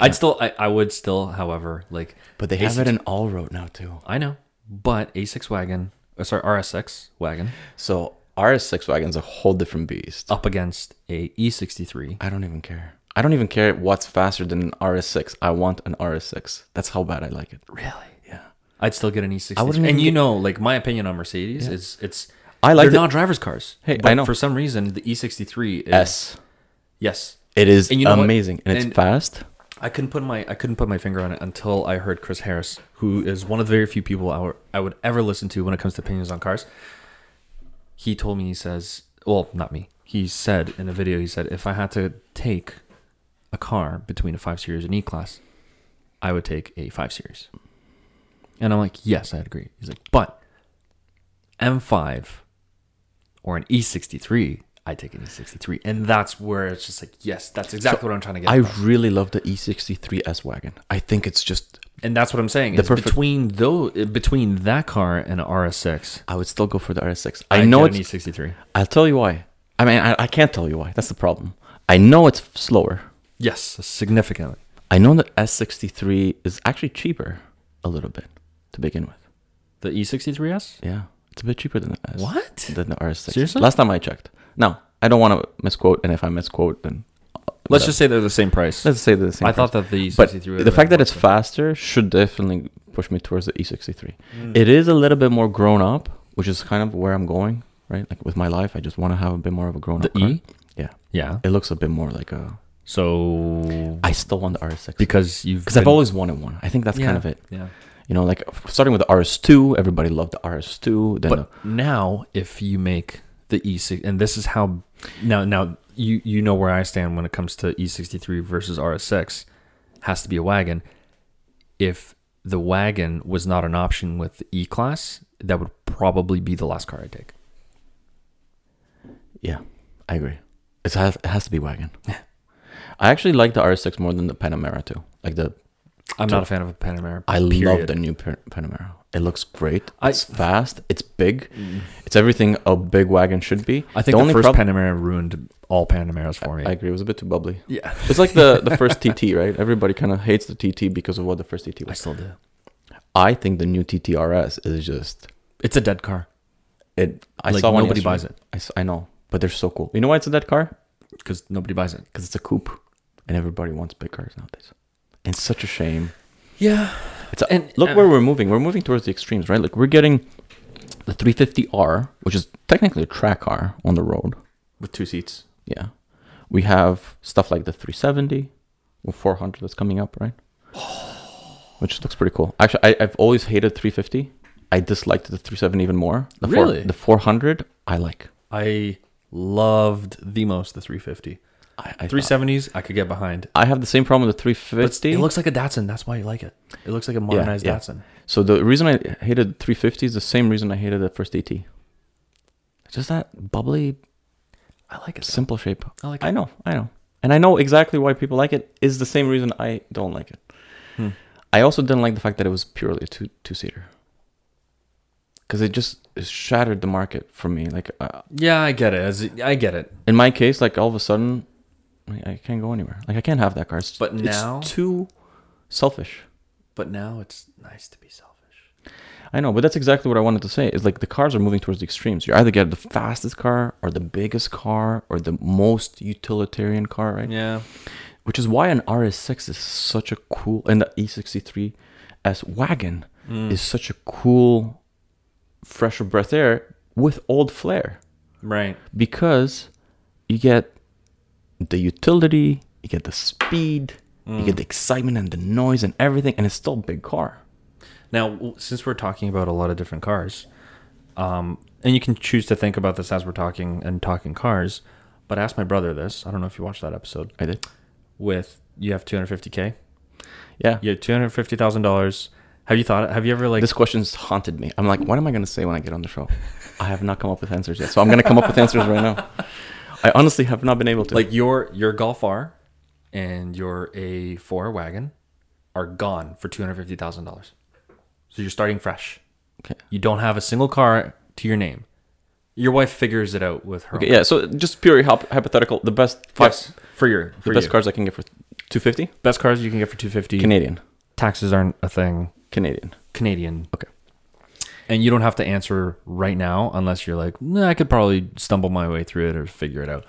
A: I'd still, I, I would still, however, like
B: But they have it in all road now too.
A: I know, but A6 wagon, uh, sorry, RSX wagon,
B: So RS6 wagon's a whole different beast.
A: up against a E E63.
B: I don't even care. I don't even care what's faster than an RS6. I want an RS6. That's how bad I like it.
A: Really?
B: Yeah.
A: I'd still get an E63.
B: wouldn't
A: and
B: even
A: you
B: get-
A: know, like my opinion on Mercedes is it's
B: I like
A: they're
B: the-
A: not drivers' cars.
B: Hey,
A: but
B: I know.
A: For some reason, the E63 is
B: S.
A: yes.
B: It is
A: And you know what?
B: amazing and it's
A: And-
B: fast.
A: I couldn't put my I couldn't put my finger on it until I heard Chris Harris, who is one of the very few people I would, I would ever listen to when it comes to opinions on cars. He told me he says, well, not me. He said in a video, he said, if I had to take a car between a five series and E class, I would take a five series. And I'm like, yes, I agree. He's like, but M5 or an E63, I take an E63, and that's where it's just like, yes, that's exactly what I'm trying to get.
B: I
A: across.
B: really love the E63 S wagon. I think it's just
A: And that's what I'm saying.
B: The
A: is
B: perfect-
A: between though between that car and a RS6,
B: I would still go for the RS6. I, know
A: get
B: it's
A: an E E63.
B: I'll tell you why. I mean, I, I can't tell you why. That's the problem. I know it's slower.
A: Yes, significantly.
B: I know that S63 is actually cheaper a little bit to begin with.
A: The E E63s.
B: Yeah, it's a bit cheaper than the S.
A: What?
B: Than the RS6.
A: Seriously?
B: Last time I checked. No, I don't want to misquote, and if I misquote, then uh,
A: Let's just say they're the same price.
B: let's say the same.
A: I thought
B: price.
A: that the E E63.
B: But
A: would've
B: the
A: been
B: fact that
A: more
B: it's
A: expensive. Mm.
B: faster should definitely push me towards the E63. It is a little bit more grown up, which is kind of where I'm going, right? Like with my life, I just want to have a bit more of a grown up.
A: The
B: car.
A: E?
B: Yeah,
A: yeah.
B: it looks a bit more like a.
A: So
B: I still want the RS6
A: because you've
B: because I've
A: been-
B: always wanted one. I think that's
A: Yeah,
B: kind of it.
A: Yeah.
B: You know, like f- starting with the RS2, everybody loved the RS2. Then
A: But now, if you make the E6, and this is how now now you you know where I stand when it comes to E63 versus RS6, has to be a wagon. If the wagon was not an option with the E class, that would probably be the last car I take.
B: Yeah, I agree. It's has, it has to be wagon. I actually like the RS6 more than the Panamera too. Like the
A: I'm not a fan of a Panamera.
B: I love
A: period.
B: the new Pan- Panamera. It looks great.
A: I- Mm.
B: It's fast. It's big. It's everything a big wagon should be.
A: I think the,
B: only
A: first
B: prob-
A: Panamera ruined all Panameras for me.
B: I agree. It was a bit too bubbly.
A: yeah,
B: It's like the the first TT, right? Everybody kind of hates the TT because of what the first TT
A: I
B: was.
A: still do.
B: I think the new TTRS is just
A: It's a dead car.
B: it. I
A: Like,
B: saw one
A: nobody
B: yesterday.
A: buys it.
B: I s- I know, but they're so cool. You know why it's in that car?
A: because nobody buys it.
B: Because it's a coupe, and everybody wants big cars nowadays. And it's such a shame.
A: Yeah,
B: It's a,
A: And,
B: look
A: uh,
B: where we're moving. We're moving towards the extremes, right? Like we're getting the 350R, which is technically a track car on the road.
C: with two seats.
B: Yeah. We have stuff like the 370 or 400 that's coming up, right? Which looks pretty cool. Actually, I, I've always hated 350. I disliked the 370 even more. The four-
A: Really?
B: the 400, I like.
A: I loved the most the 350.
B: I, I,
A: 370s I could get behind.
B: I have the same problem with the
A: But it's-
B: 350.
A: it looks like a Datsun. That's why you like it. It looks like a modernized
B: yeah.
A: Datsun.
B: So the reason I hated 350 is the same reason I hated the first AT. Just that bubbly,
A: I like it.
B: simple shape.
A: I like it.
B: I know, I know. And I know exactly why people like it is the same reason I don't like it.
A: Hmm.
B: I also didn't like the fact that it was purely a two two seater. Cuz it just it shattered the market for me. Like uh,
A: Yeah, I get it. As I get it.
B: in my case like all of a sudden I, I can't go anywhere. Like I can't have that car. It's,
A: But
B: it's
A: now-
B: too selfish.
A: But now it's nice to be selfish.
B: I know, but that's exactly what I wanted to say. Is like the cars are moving towards the extremes. You either get the fastest car, or the biggest car, or the most utilitarian car, right?
A: Yeah.
B: Which is why an RS6 is such a cool, and the E63 S wagon is such a cool, fresher breath air with old flair
A: Right.
B: because you get the utility, you get the speed, you get the excitement and the noise and everything, and it's still a big car.
A: Now, w- since we're talking about a lot of different cars, um, and you can choose to think about this as we're talking and talking cars, but I asked my brother this. I don't know if you watched that episode.
B: I did.
A: With you have 250k.
B: Yeah.
A: You have $250,000. Have you thought have you ever like
B: this question's haunted me. I'm like, what am I going to say when I get on the show? I have not come up with answers yet. So I'm going to come up with answers right now. I honestly have not been able to.
A: like your your Golf R and your A4 wagon are gone for two hundred fifty thousand dollars. So you're starting fresh.
B: okay.
A: You don't have a single car to your name. Your wife figures it out with her.
B: Okay, yeah. So just pure hop- hypothetical. The best five,
A: Yes, for your for
B: the best
A: you.
B: cars I can get for 250
A: best cars you can get for two fifty.
B: Canadian,
A: Taxes aren't a thing.
B: Canadian.
A: Canadian.
B: Okay.
A: And you don't have to answer right now unless you're like, nah, I could probably stumble my way through it or figure it out.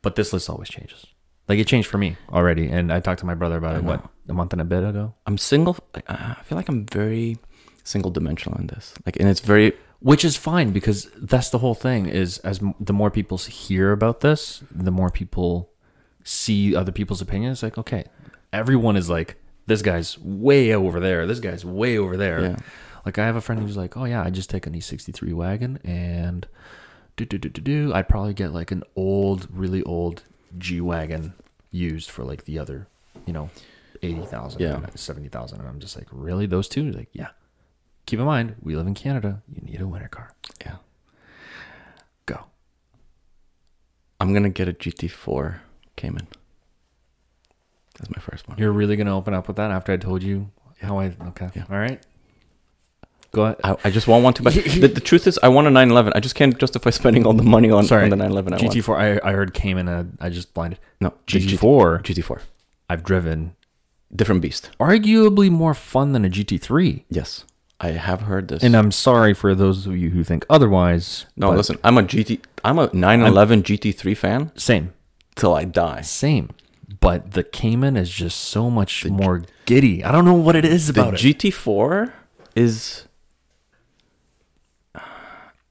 A: But this list always changes. Like it changed for me already, and I talked to my brother about it. What a month and a bit ago.
B: I'm single. I I feel like I'm very single dimensional in this. Like, and it's very
A: which is fine because that's the whole thing is as m- the more people s- hear about this the more people see other people's opinions like okay everyone is like this guy's way over there this guy's way over there
B: Yeah.
A: like i have a friend who's like oh yeah i just take an e63 wagon and do do do do do i'd probably get like an old really old g wagon used for like the other you know 80000
B: Yeah.
A: 70000 and i'm just like really those two like yeah keep in mind we live in canada you need a winter car
B: yeah.
A: go
B: I'm gonna get a GT4 Cayman. That's my first one.
A: you're really gonna open up with that after i told you how i okay
B: Yeah.
A: all right go ahead
B: I, I just want one too bad. the, the truth is, I want a 911. I just can't justify spending all the money on,
A: sorry
B: on the 911. I want.
A: gt4 I, I heard came in a, i just blinded
B: No, the
A: gt4
B: GT, 4
A: i've driven
B: Different beast.
A: arguably more fun than a gt3
B: Yes. I have heard this.
A: and i'm sorry for those of you who think otherwise
B: no,
A: but
B: listen, I'm a GT. I'm a 911 GT3 fan
A: same
B: till I die.
A: same but the cayman is just so much more giddy i don't know what it is
B: The
A: about it
B: GT4 is.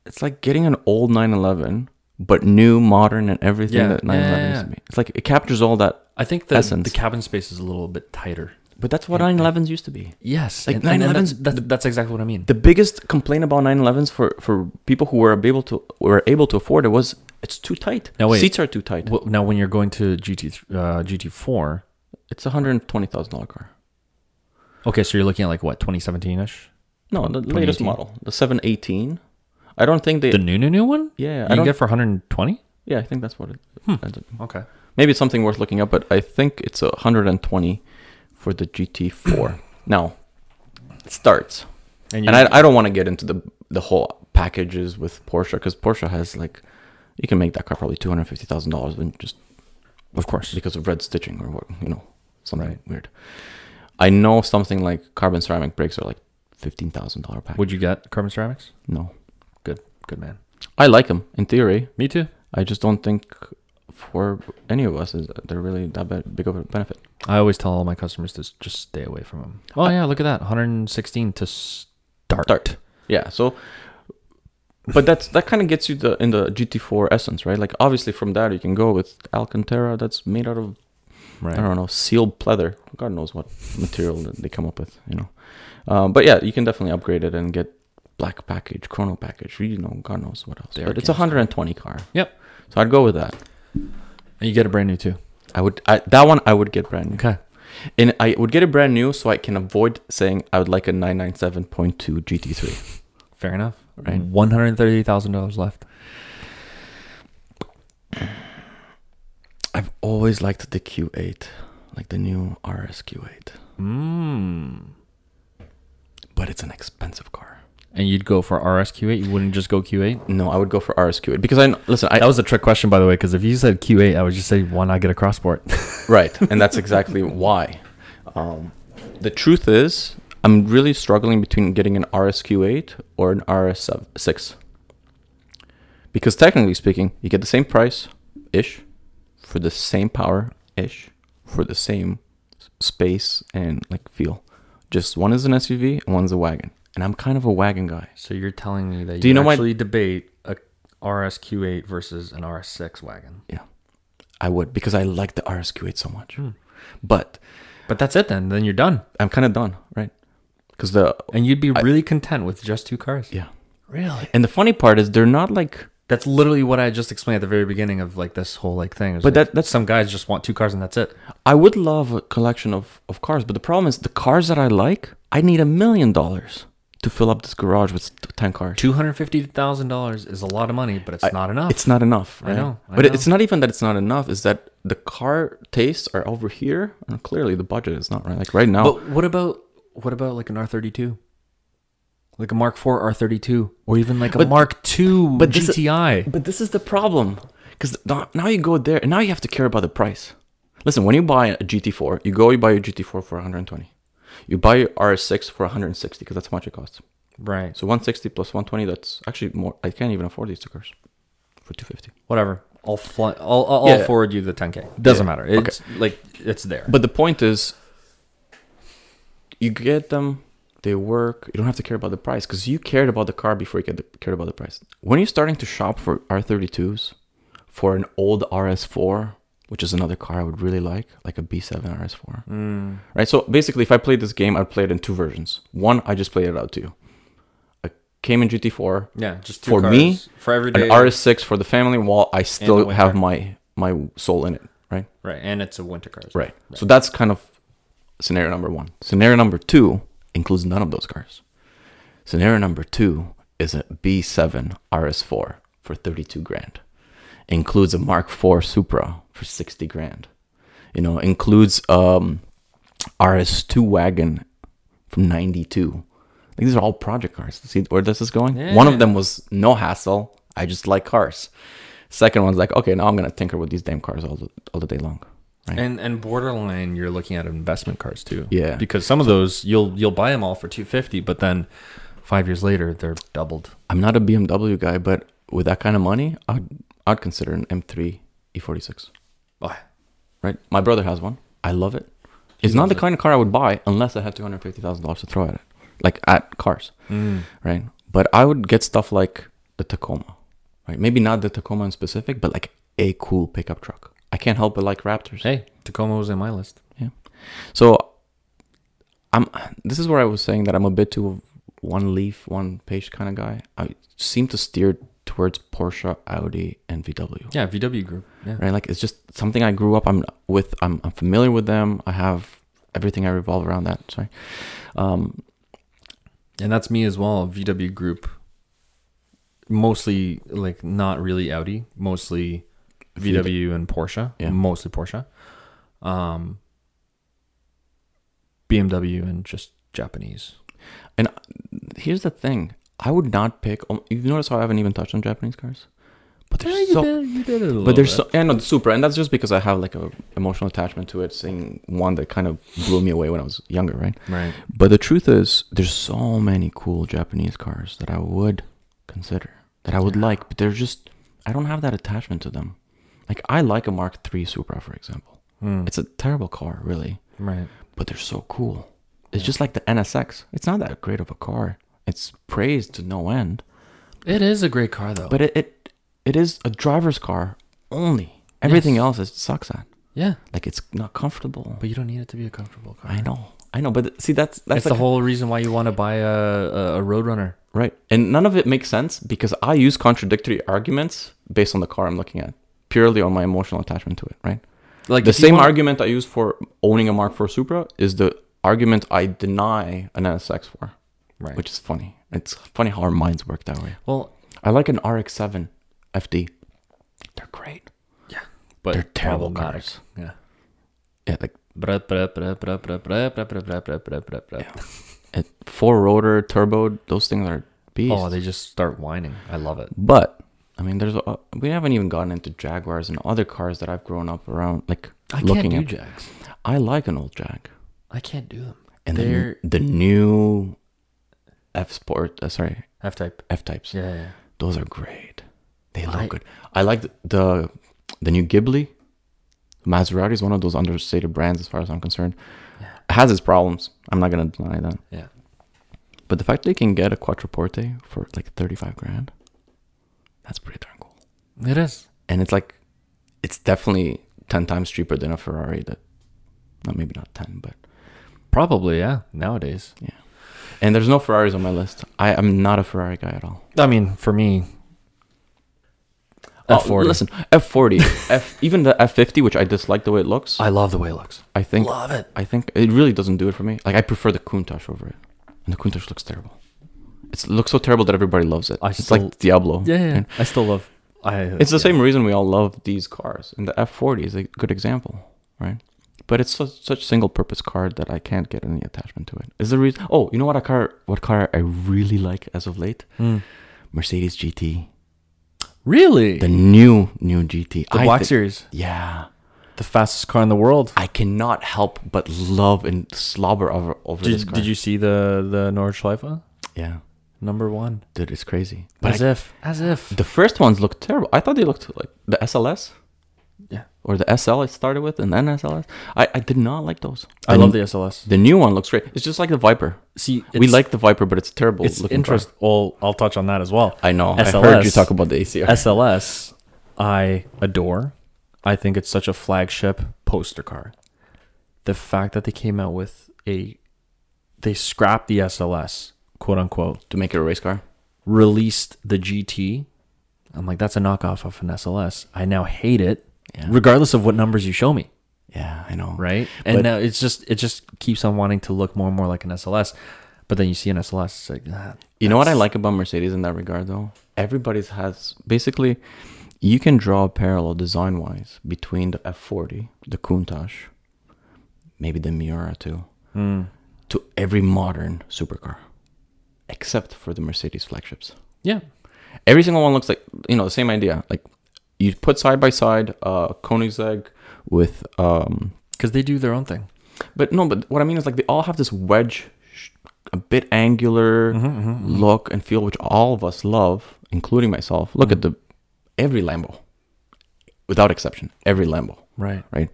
B: It's like getting an old 911, but new, modern, and everything
A: Yeah.
B: that 911
A: Yeah, yeah,
B: used to
A: yeah.
B: be. It's like it captures all that.
A: i think the,
B: essence.
A: the cabin space is a little bit tighter
B: But that's what 911s used to be.
A: yes
B: Like
A: and- and
B: 911s
A: that's, that's, that's exactly what i mean
B: the biggest complaint about 911s for for people who were able to were able to afford it was it's too tight.
A: Now wait.
B: Seats are too tight.
A: Well, now, when you're going to GT uh, GT4,
B: It's a hundred and twenty thousand dollar car.
A: okay, so you're looking at like what 2017 ish.
B: No, the latest
A: 2018?
B: model, the 718. I don't think they.
A: The new, new, new one?
B: yeah, I
A: You can
B: don't,
A: get it for 120?
B: yeah, I think that's what it.
A: Hmm.
B: I don't-
C: Okay.
B: Maybe it's something worth looking up, but I think it's a 120 for the GT4. now, it starts,
C: And
B: and,
C: you,
B: I, I don't want to get into the the whole packages with Porsche because Porsche has like, you can make that car probably 250 thousand dollars when just
A: Of course.
B: because of red stitching or what you know something weird. I know something like carbon ceramic brakes are like fifteen thousand dollar pack.
A: Would you get carbon ceramics?
B: no,
A: Good. Good man.
B: I like them in theory.
A: Me too.
B: I just don't think for any of us is uh, they're really that be- big of a benefit.
A: I always tell all my customers to s- just stay away from them. Oh, yeah, look at that. 116 to start.
B: Start. Yeah. So, but that's that kind of gets you the in the GT4 essence, right? Like obviously from that you can go with Alcantara that's made out of
A: Right.
B: I don't know sealed pleather. God knows what material that they come up with, you know. Um, but yeah, you can definitely upgrade it and get black package, chrono package. You know, God knows what else.
A: There
B: but
A: it
B: it's a
A: goes.
B: 120 car.
A: Yep.
B: So I'd go with that.
A: And you get a brand new too.
B: I would I, that one I would get brand new.
A: Okay.
B: And I would get it brand new so I can avoid saying I would like a 997.2 GT3.
A: Fair enough.
B: Right.
A: $130,000 left.
B: I've always liked the Q8, like the new RS Q8,
A: Mm.
B: but it's an expensive car.
A: And you'd go for RSQ8? You wouldn't just go Q8?
B: No, I would go for RS Q8 because I kn- listen, I
A: That was a trick question, by the way, because if you said Q8, I would just say, why not get a crossport?
B: right, and that's exactly why. Um, the truth is, I'm really struggling between getting an RS Q8 or an RS 6. Because technically speaking, you get the same price ish for the same power ish for the same s- space and like feel. Just one is an SUV and one's a wagon. And I'm kind of a wagon guy.
A: so you're telling me that
B: Do you know why-
A: debate a RSQ8 versus an RS6 wagon.
B: Yeah. I would because I like the RS Q8 so much. But
A: But that's it then. Then you're done.
B: I'm kind of done, right? Because the
A: And you'd be really content with just two cars.
B: yeah.
A: Really?
B: And the funny part is they're not like
A: That's literally what I just explained at the very beginning of like this whole like thing. But
B: that-
A: that's some guys just want two cars and that's it.
B: I would love a collection of, of cars, but the problem is the cars that I like, I need a million dollars to fill up this garage with t- ten cars.
A: Two hundred fifty thousand dollars is a lot of money, but it's not enough.
B: It's not enough. right?
A: know, I
B: but
A: know.
B: it's not even that it's not enough. Is that the car tastes are over here, and clearly the budget is not right. Like right now,
A: But what about what about like an R thirty two, like a Mark IV R thirty two, or even like a
B: But-
A: Mark II
B: but this is-
A: GTI?
B: But this is the problem, because now you go there, and now you have to care about the price. Listen, when you buy a GT4, you go, you buy your GT4 for 120. You buy your RS6 for 160, because that's how much it costs.
A: right.
B: So 160 plus 120, that's actually more. I can't even afford these two cars for 250.
A: Whatever. I'll fl- I'll, I'll,
B: Yeah.
A: I'll forward you the ten k. Doesn't matter.
B: Okay.
A: It's like it's there.
B: But the point is, you get them, they work. You don't have to care about the price because you cared about the car before you get the, cared about the price. When you're starting to shop for R32s, for an old RS4, which is another car I would really like, like a B7 RS4,
A: Hmm.
B: right? So basically, if I played this game, I'd play it in two versions. One, I just played it out to you. I came in GT4.
A: yeah, just two
B: for
A: cars.
B: me,
A: for every
B: An
A: day,
B: RS6 for the family while I still
A: winter.
B: have my my soul in it, right?
A: right? And it's a winter car. as well.
B: Right. So that's kind of scenario number one. Scenario number two includes none of those cars. Scenario number two is a B7 RS4 for 32 grand. Includes a Mark IV Supra for 60 grand. You know, includes um RS2 wagon from 92. Like, these are all project cars. See where this is going? One of them was no hassle. I just like cars. Second one's like, okay, now I'm gonna tinker with these damn cars all the, all the day long. Right?
A: And and borderline, you're looking at investment cars too.
B: Yeah.
A: because some of those you'll you'll buy them all for two fifty, but then five years later they're doubled.
B: I'm not a BMW guy, but with that kind of money, I'd, I'd consider an M3 E46.
A: Ah,
B: Right? My brother has one. I love it. It's not the kind of car I would buy unless I had two hundred fifty thousand dollars to throw at it, like at cars, right? But I would get stuff like the Tacoma, right? Maybe not the Tacoma in specific, but like a cool pickup truck. I can't help but like Raptors.
A: Hey, Tacoma was in my list.
B: Yeah. So I'm this is where I was saying that I'm a bit too of one leaf, one page kind of guy. I seem to steer towards Porsche, Audi, and VW.
A: Yeah, VW Group. Yeah,
B: Right? Like it's just something I grew up I'm with I'm I'm familiar with them. I have everything I revolve around that. Sorry. Um
A: and that's me as well. VW Group, mostly like not really Audi, mostly VW and Porsche,
B: Yeah.
A: mostly Porsche, um, BMW and just Japanese.
B: And here's the thing: I would not pick. um, You notice how I haven't even touched on Japanese cars, but
A: Eh,
B: there's so but there's so yeah, no, the Supra, and that's just because I have like a emotional attachment to it, seeing one that kind of blew me away when I was younger, right?
A: right.
B: But the truth is, there's so many cool Japanese cars that I would consider, that I would like, but they're just I don't have that attachment to them. Like I like a Mark III Supra, for example.
A: Mm,
B: It's a terrible car, really,
A: right.
B: but they're so cool. It's just like the NSX. It's not that great of a car. It's praised to no end,
A: It is a great car though.
B: but it it, it is a driver's car only. Everything else it sucks at.
A: yeah,
B: Like it's not comfortable.
A: but you don't need it to be a comfortable car.
B: I know, I know, but see that's that's
A: That's the
B: like-
A: whole reason why you want to buy a, a, a Roadrunner.
B: Right. And none of it makes sense because I use contradictory arguments based on the car I'm looking at, purely on my emotional attachment to it, right?
A: Like
B: the
A: if you
B: same
A: want-
B: argument I use for owning a Mark IV Supra is the argument I deny an NSX for,
A: Right.
B: which is funny. It's funny how our minds work that way.
A: well,
B: I like an RX-7 FD. They're great.
A: but
B: They're terrible
A: problematic.
B: cars.
A: Yeah.
B: Yeah, like
A: Bruh, bruh, bruh, bruh, bruh, bruh, bruh, bruh, bruh, bruh, bruh, bruh, bruh.
B: a four-rotor uh, turbo, those things are beasts.
A: Oh, they just start whining. I love it.
B: but I mean, there's a, we haven't even gotten into Jaguars and other cars that I've grown up around, like
A: I can't
B: looking
A: do
B: at.
A: jacks.
B: I like an old Jag.
A: I can't do them.
B: And
A: They're-
B: the, the new F Sport, uh, sorry,
A: F type.
B: F types.
A: Yeah, yeah.
B: Those are great. They look
A: I-
B: good. I like the, the the new Ghibli. Maserati is one of those understated brands, as far as I'm concerned. It has its problems. I'm not gonna deny that.
A: Yeah.
B: But the fact they can get a Quattroporte for like 35 grand, that's pretty darn cool.
A: It is.
B: And it's like, it's definitely 10 times cheaper than a Ferrari. That, not maybe not 10, but
A: Probably, yeah. Nowadays.
B: Yeah. And there's no Ferraris on my list. I am not a Ferrari guy at all.
A: I mean, for me.
B: Oh,
A: F40.
B: listen, F40, F even the F50, which I dislike the way it looks. I,
A: I love the way it looks.
B: think
A: Love it.
B: I think it really doesn't do it for me. Like I prefer the Countach over it, and the Countach looks terrible. It's, it looks so terrible that everybody loves it.
A: I
B: it's
A: still-
B: like Diablo.
A: Yeah, yeah.
B: And
A: I still love I
B: It's the same reason we all love these cars, and the F40 is a good example, right? But it's such, such single-purpose car that I can't get any attachment to it. Is the reason? Oh, you know what? A car, what car I really like as of late?
A: Mm.
B: Mercedes GT.
A: Really?
B: The new new GT.
A: The
B: I
A: Black
B: thi-
A: Series.
B: Yeah.
A: The fastest car in the world.
B: I cannot help but love and slobber over over this
A: Did,
B: car.
A: did you see the the Nordschleife?
B: Yeah,
A: Number one.
B: dude, it's crazy. But
A: As
B: I-
A: if. As if.
B: the first ones looked terrible. I thought they looked like the SLS.
A: Yeah.
B: Or the SL I started with, and then SLS. I, I did not like those.
A: I love the SLS.
B: The new one looks great. It's just like the Viper.
A: See,
B: we
A: it's-
B: like the Viper, but it's terrible
A: It's
B: looking. car.
A: interest. Well, I'll touch on that as well.
B: I know. I heard you
A: SLS.
B: talk about the ACR.
A: SLS, I adore. I think it's such a flagship poster car. The fact that they came out with a, they scrapped the SLS, quote unquote,
B: to make it a race car.
A: released the GT. I'm like, that's a knockoff of an SLS. I now hate it,
B: Yeah.
A: regardless of what numbers you show me,
B: Yeah, I know.
A: right? And
B: But-
A: now it's just it just keeps on wanting to look more and more like an SLS. But then you see an SLS, it's like, ah,
B: You know what I like about Mercedes in that regard, though? Everybody's has basically, you can draw a parallel design wise between the F40, the Countach, maybe the Miura too, to every modern supercar, except for the Mercedes flagships.
A: yeah,
B: Every single one looks like, you know, the same idea. Like, you put side by side uh, Koenigsegg with um,
A: because they do their own thing.
B: but no, but what I mean is like they all have this wedge, sh- a bit angular
A: Mm-hmm,
B: look and feel, which all of us love, including myself. Look
A: Mm-hmm.
B: at the every Lambo, without exception, every Lambo,
A: Right.
B: right?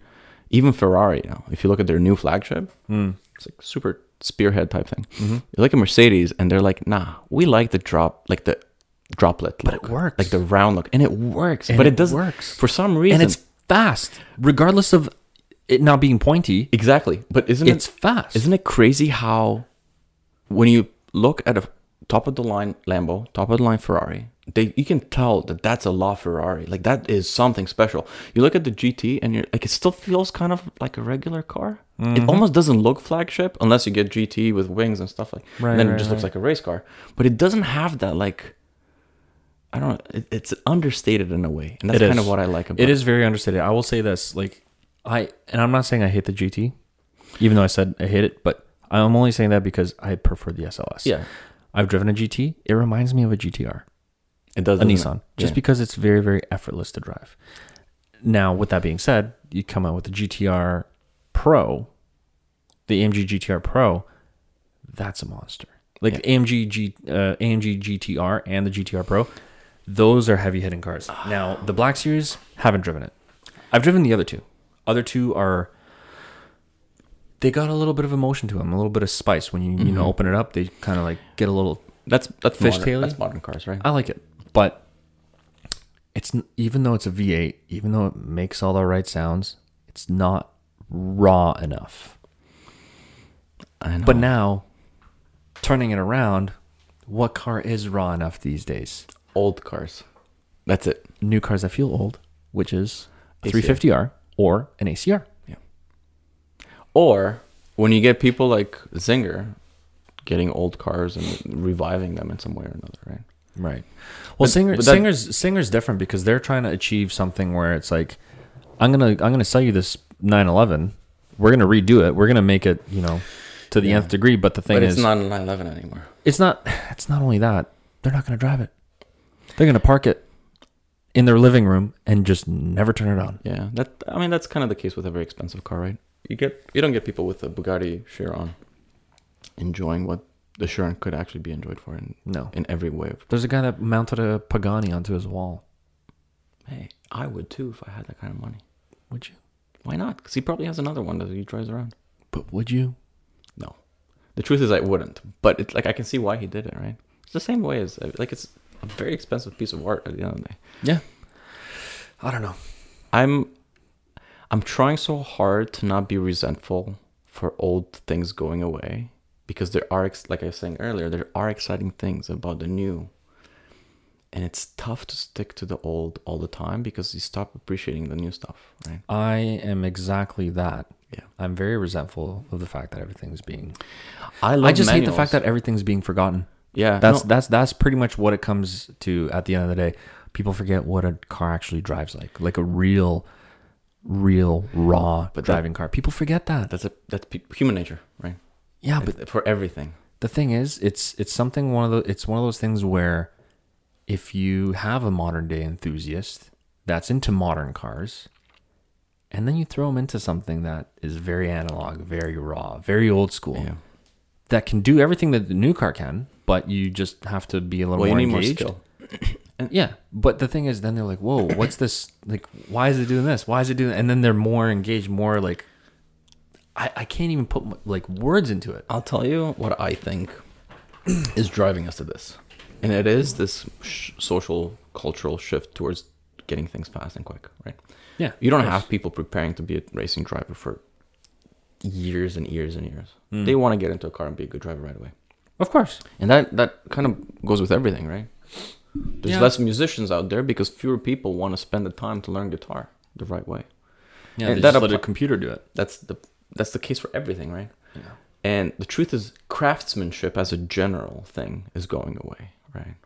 B: Even Ferrari now. If you look at their new flagship,
A: Mm.
B: it's like super spearhead type thing.
A: Mm-hmm.
B: You look at Mercedes, and they're like, nah, we like the drop, like the droplet,
A: But it
B: look,
A: works.
B: like the round look, and it works.
A: And
B: but it,
A: it
B: doesn't
A: works.
B: for some reason.
A: and it's fast, regardless of it not being pointy.
B: exactly. But isn't
A: It's
B: it?
A: fast.
B: Isn't it crazy how when you look at a top of the line Lambo, top of the line Ferrari, they you can tell that that's a LaFerrari. Like that is something special. You look at the GT and you're like it still feels kind of like a regular car.
A: Mm-hmm.
B: It almost doesn't look flagship unless you get GT with wings and stuff like.
A: Right,
B: and then
A: right,
B: it just looks
A: right.
B: like a race car, but it doesn't have that like. I don't. know. It, it's understated in a way, and that's
A: It
B: kind
A: is.
B: of what I like about
A: It is very understated. I will say this, like I and I'm not saying I hate the GT, even though I said I hate it, but I'm only saying that because I prefer the SLS.
B: Yeah,
A: I've driven a GT. It reminds me of a GTR,
B: it does.
A: a
B: doesn't it?
A: Nissan, just
B: Yeah.
A: because it's very very effortless to drive. Now, with that being said, you come out with the GTR Pro, the AMG GTR Pro, that's a monster. Like the AMG G, uh, AMG GTR and the GTR Pro, those are heavy hitting cars.
B: Ah.
A: Now the Black Series haven't driven it. I've driven the other two. Other two are they got a little bit of emotion to them, a little bit of spice. When you you
B: Mm-hmm.
A: know open it up, they kind of like get a little.
B: that's that's
A: Fishtail-y?
B: modern, that's modern cars, right?
A: I like it, but it's n- even though it's a V8, even though it makes all the right sounds, it's not raw enough.
B: I know.
A: But now, turning it around, what car is raw enough these days?
B: old cars. That's it.
A: New cars that feel old, which is a
B: ACR.
A: 350R or an ACR.
B: Or when you get people like Zinger getting old cars and reviving them in some way or another, right?
A: Right. Well, singer,
B: but that-
A: singers singers different because they're trying to achieve something where it's like, I'm gonna I'm gonna sell you this 911. We're gonna redo it. We're gonna make it you know to the nth degree. But the thing
B: but
A: is,
B: it's not a 911 anymore.
A: it's not it's not only that they're not gonna drive it. They're gonna park it in their living room and just never turn it on.
B: Yeah, that I mean that's kind of the case with every expensive car, right? You get you don't get people with a Bugatti Chiron enjoying what the Chiron could actually be enjoyed for in
A: No.
B: in every way. Of,
A: There's a guy that mounted a Pagani onto his wall.
B: hey, I would too if I had that kind of money.
A: Would you?
B: Why not? Because he probably has another one that he drives around.
A: But would you?
B: No. The truth is, I wouldn't. But it's like I can see why he did it, right? It's the same way as uh, like it's a very expensive piece of art at the end of the day.
A: Yeah. I don't know.
B: I'm, I'm trying so hard to not be resentful for old things going away because there are, ex- like I was saying earlier, there are exciting things about the new. And it's tough to stick to the old all the time because you stop appreciating the new stuff, right?
A: I am exactly that.
B: Yeah.
A: I'm very resentful of the fact that everything's being.
B: I love.
A: I just hate the fact
B: manuals.
A: that everything's being forgotten.
B: yeah,
A: That's
B: no,
A: that's that's pretty much what it comes to at the end of the day. People forget what a car actually drives like, like a real, real raw
B: But that-
A: driving car. People forget that.
B: that's a that's pe- human nature, right?
A: yeah, Ah, but
B: for everything.
A: the thing is, it's it's something one of the it's one of those things where if you have a modern day enthusiast that's into modern cars, and then you throw them into something that is very analog, very raw, very old school,
B: Yeah.
A: that can do everything that the new car can, but you just have to be a little
B: Well, you
A: more
B: need more
A: engaged.
B: skill.
A: And- yeah, but the thing is, then they're like, "Whoa, what's this? Like, why is it doing this? Why is it doing?" And then they're more engaged, more like, I, I can't even put like words into it.
B: I'll tell you what I think is driving us to this. And it is this sh- social, cultural shift towards getting things fast and quick, right?
A: Yeah,
B: You don't have people preparing to be a racing driver for years and years and years. They want to get into a car and be a good driver right away.
A: of course.
B: And that, that kind of goes with everything, right? There's
A: Yeah.
B: less musicians out there because fewer people want to spend the time to learn guitar the right way.
A: Yeah,
B: And
A: they
B: that
A: just let a
B: appli-
A: computer do it.
B: that's the that's the case for everything, right?
A: Yeah.
B: And the truth is, craftsmanship as a general thing is going away, right?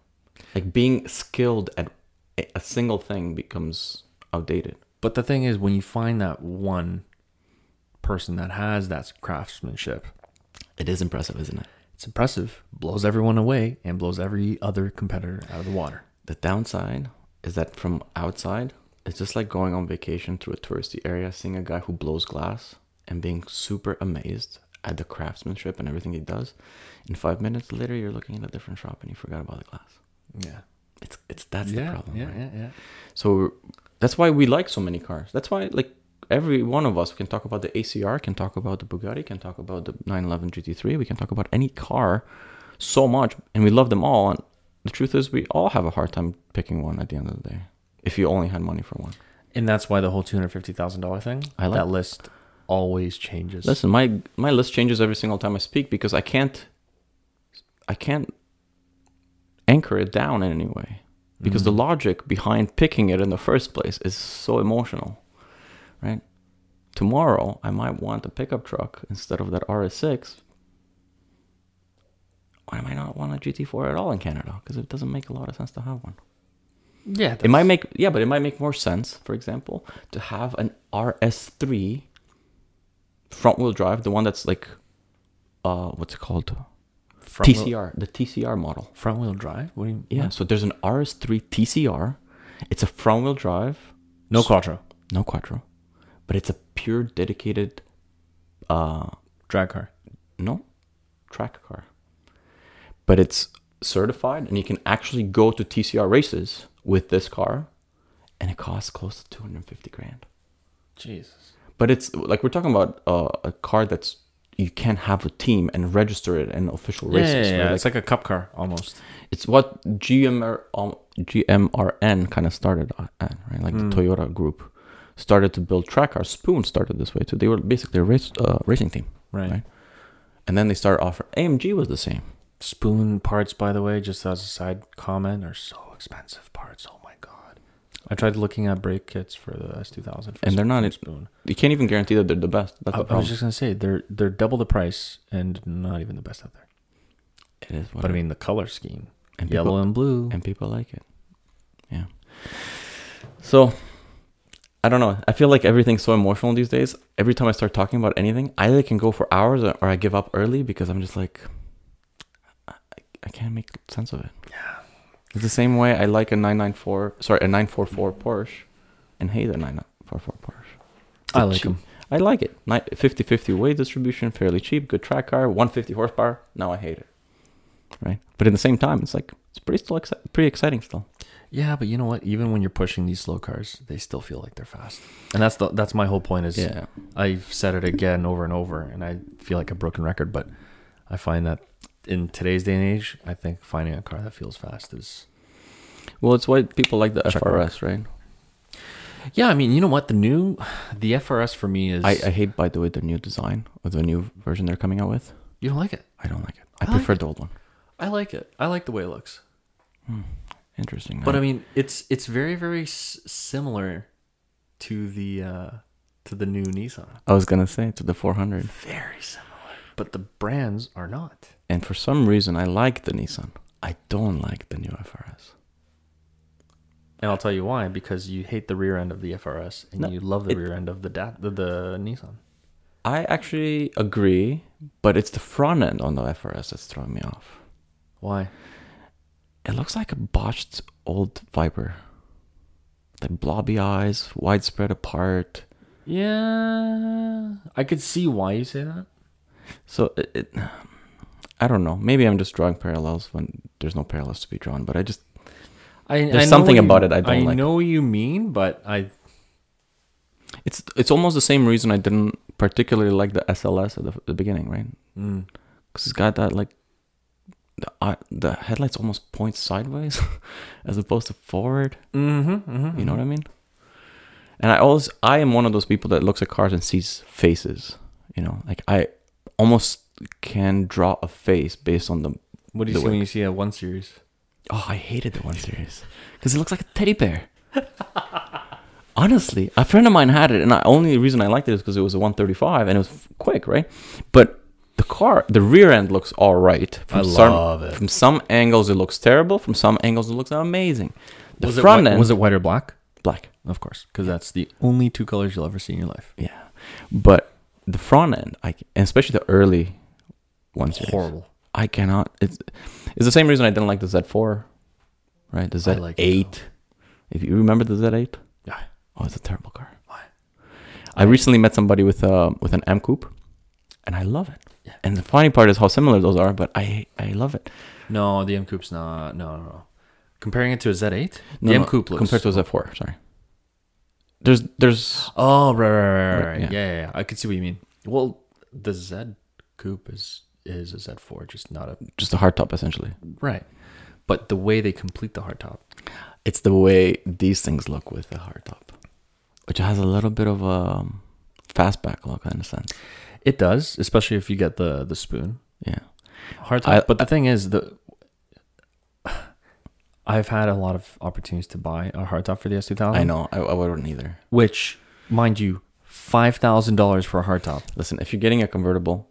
B: Like being skilled at a- a single thing becomes outdated.
A: But the thing is, when you find that one person that has that craftsmanship,
B: It is impressive, isn't it?
A: it's impressive, blows everyone away, and blows every other competitor out of the water.
B: The downside is that from outside, it's just like going on vacation through a touristy area, seeing a guy who blows glass and being super amazed at the craftsmanship and everything he does. In five minutes later, you're looking at a different shop and you forgot about the glass.
A: Yeah,
B: It's it's that's the
A: yeah,
B: problem.
A: yeah,
B: right?
A: yeah, yeah.
B: So that's why we like so many cars. That's why like every one of us can talk about the ACR, can talk about the Bugatti, can talk about the 911 GT3. We can talk about any car so much, and we love them all. And the truth is, we all have a hard time picking one at the end of the day. If you only had money for one.
A: And that's why the whole two hundred fifty thousand dollar thing.
B: I like-
A: that list always changes.
B: Listen, my my list changes every single time I speak because I can't I can't anchor it down in any way. because the logic behind picking it in the first place is so emotional, right? Tomorrow, I might want a pickup truck instead of that RS6. I might not want a GT4 at all in Canada because it doesn't make a lot of sense to have one.
A: Yeah,
B: It might make yeah, but it might make more sense, for example, to have an RS3 front wheel drive, the one that's like uh what's it called?
A: front wheel,
B: TCR, the TCR model.
A: front wheel drive. What do you?
B: Yeah, so there's an RS3 TCR. It's a front wheel drive,
A: No Quattro
B: no quattro, but it's a pure dedicated uh
A: drag car.
B: no track car. But it's certified and you can actually go to TCR races with this car and it costs close to 250 grand.
A: Jesus.
B: But it's like we're talking about uh, a car that's you can have a team and register it in official
A: Yeah,
B: races.
A: yeah, yeah,
B: right? Like,
A: it's like a cup car almost.
B: it's what GMR, um, GMRN kind of started on, right? Like
A: Hmm.
B: the Toyota group started to build track cars. Spoon started this way too. They were basically a race, uh, racing team,
A: Right.
B: Right. and then they started offering. AMG was the same.
A: Spoon parts, by the way, just as a side comment, are so expensive parts. Oh my god. I tried looking at brake kits for the S2000, for
B: And they're
A: Sp-
B: not
A: from
B: in-
A: Spoon.
B: You can't even guarantee that they're the best. That's
A: I, I
B: the
A: was
B: problem.
A: just gonna say they're they're double the price and not even the best out there.
B: it is what
A: But I
B: it-
A: mean the color scheme,
B: and people-
A: yellow and blue.
B: and people like it. Yeah. So I don't know. I feel like everything's so emotional these days. Every time I start talking about anything, I either can go for hours or, or I give up early because I'm just like, I, I can't make sense of it. Yeah. It's the same way I like a 994, sorry, a 944 Porsche and hate a 944 Porsche. It's
A: I
B: a
A: like
B: cheap-
A: them.
B: I like it. 50 50 weight distribution, fairly cheap, good track car, 150 horsepower. Now I hate it. Right? But in the same time, it's like, it's pretty still exci- pretty exciting still.
A: Yeah, but you know what? Even when you're pushing these slow cars, they still feel like they're fast. And that's the that's my whole point is
B: Yeah.
A: I've said it again over and over and I feel like a broken record, but I find that in today's day and age, I think finding a car that feels fast is
B: Well, it's why people like the
A: Check
B: FRS, right?
A: Yeah, I mean, you know what? The new the FRS for me is
B: I, I hate, by the way, the new design or the new version they're coming out with.
A: you don't like it.
B: I don't like it. I,
A: I like
B: prefer the old one.
A: I like it. I like the way it looks.
B: Interesting.
A: But I mean, it's it's very very s- similar to the uh to the new Nissan.
B: I was gonna say to the 400,
A: Very similar, but the brands are not.
B: and for some reason, I like the Nissan. I don't like the new FRS.
A: And I'll tell you why because you hate the rear end of the FRS and
B: No,
A: you love the
B: it-
A: rear end of the da- the, the Nissan.
B: I actually agree, but it's the front end on the FRS that's throwing me off.
A: Why?
B: It looks like a botched old Viper. Like blobby eyes, widespread apart.
A: Yeah, I could see why you say that.
B: So it, it, I don't know. Maybe I'm just drawing parallels when there's no parallels to be drawn. But I just
A: I,
B: There's something about it I don't
A: I
B: like.
A: know what you mean, but I
B: it's it's almost the same reason I didn't particularly like the SLS at the, the beginning, right?
A: mm,
B: Because it's got that like the eye- the headlights almost point sideways as opposed to forward.
A: mm-hmm, mm-hmm.
B: You know what I mean? And I always I am one of those people that looks at cars and sees faces. You know, like I almost can draw a face based on the.
A: What do you
B: the
A: see when you see a one series?
B: Oh, I hated the one series because it looks like a teddy bear. Honestly, a friend of mine had it, and the only reason I liked it is because it was a 135 and it was f- quick, right? But the car, the rear end looks all right. From
A: I
B: some,
A: love it.
B: From some angles, it looks terrible. From some angles, it looks amazing. The
A: was
B: front
A: it, whi-
B: end
A: was it white or black?
B: black.
A: Of course, because that's the only two colors you'll ever see in your life.
B: Yeah, but the front end, I c- and especially the early ones,
A: Horrible.
B: I cannot. It's it's the same reason I didn't like the Z4, right? The
A: I
B: Z8.
A: like it,
B: if you remember the Z8,
A: Yeah.
B: oh, it's a terrible car.
A: Why?
B: I recently met somebody with a with an M Coupe, and I love it.
A: Yeah.
B: And the funny part is how similar those are, but I I love it.
A: No, the M Coupe's not. No, no, no. Comparing it to a Z8,
B: No,
A: the M
B: no,
A: Coupe looks.
B: compared to a Z4. Sorry. There's there's
A: oh, right, right, right, right. right.
B: Right,
A: Yeah.
B: yeah.
A: Yeah, yeah. I could see what you mean. Well, the Z Coupe is is a Z4, just not a
B: just a hardtop essentially.
A: right. But the way they complete the hardtop,
B: It's the way these things look with a hardtop, which has a little bit of a fastback look in a sense.
A: it does, especially if you get the the spoon.
B: Yeah.
A: hard
B: I-
A: but the thing is the I've had a lot of opportunities to buy a hardtop for the S2000.
B: I know. I, I wouldn't either.
A: Which, mind you, five thousand dollars for a hardtop.
B: Listen, if you're getting a convertible,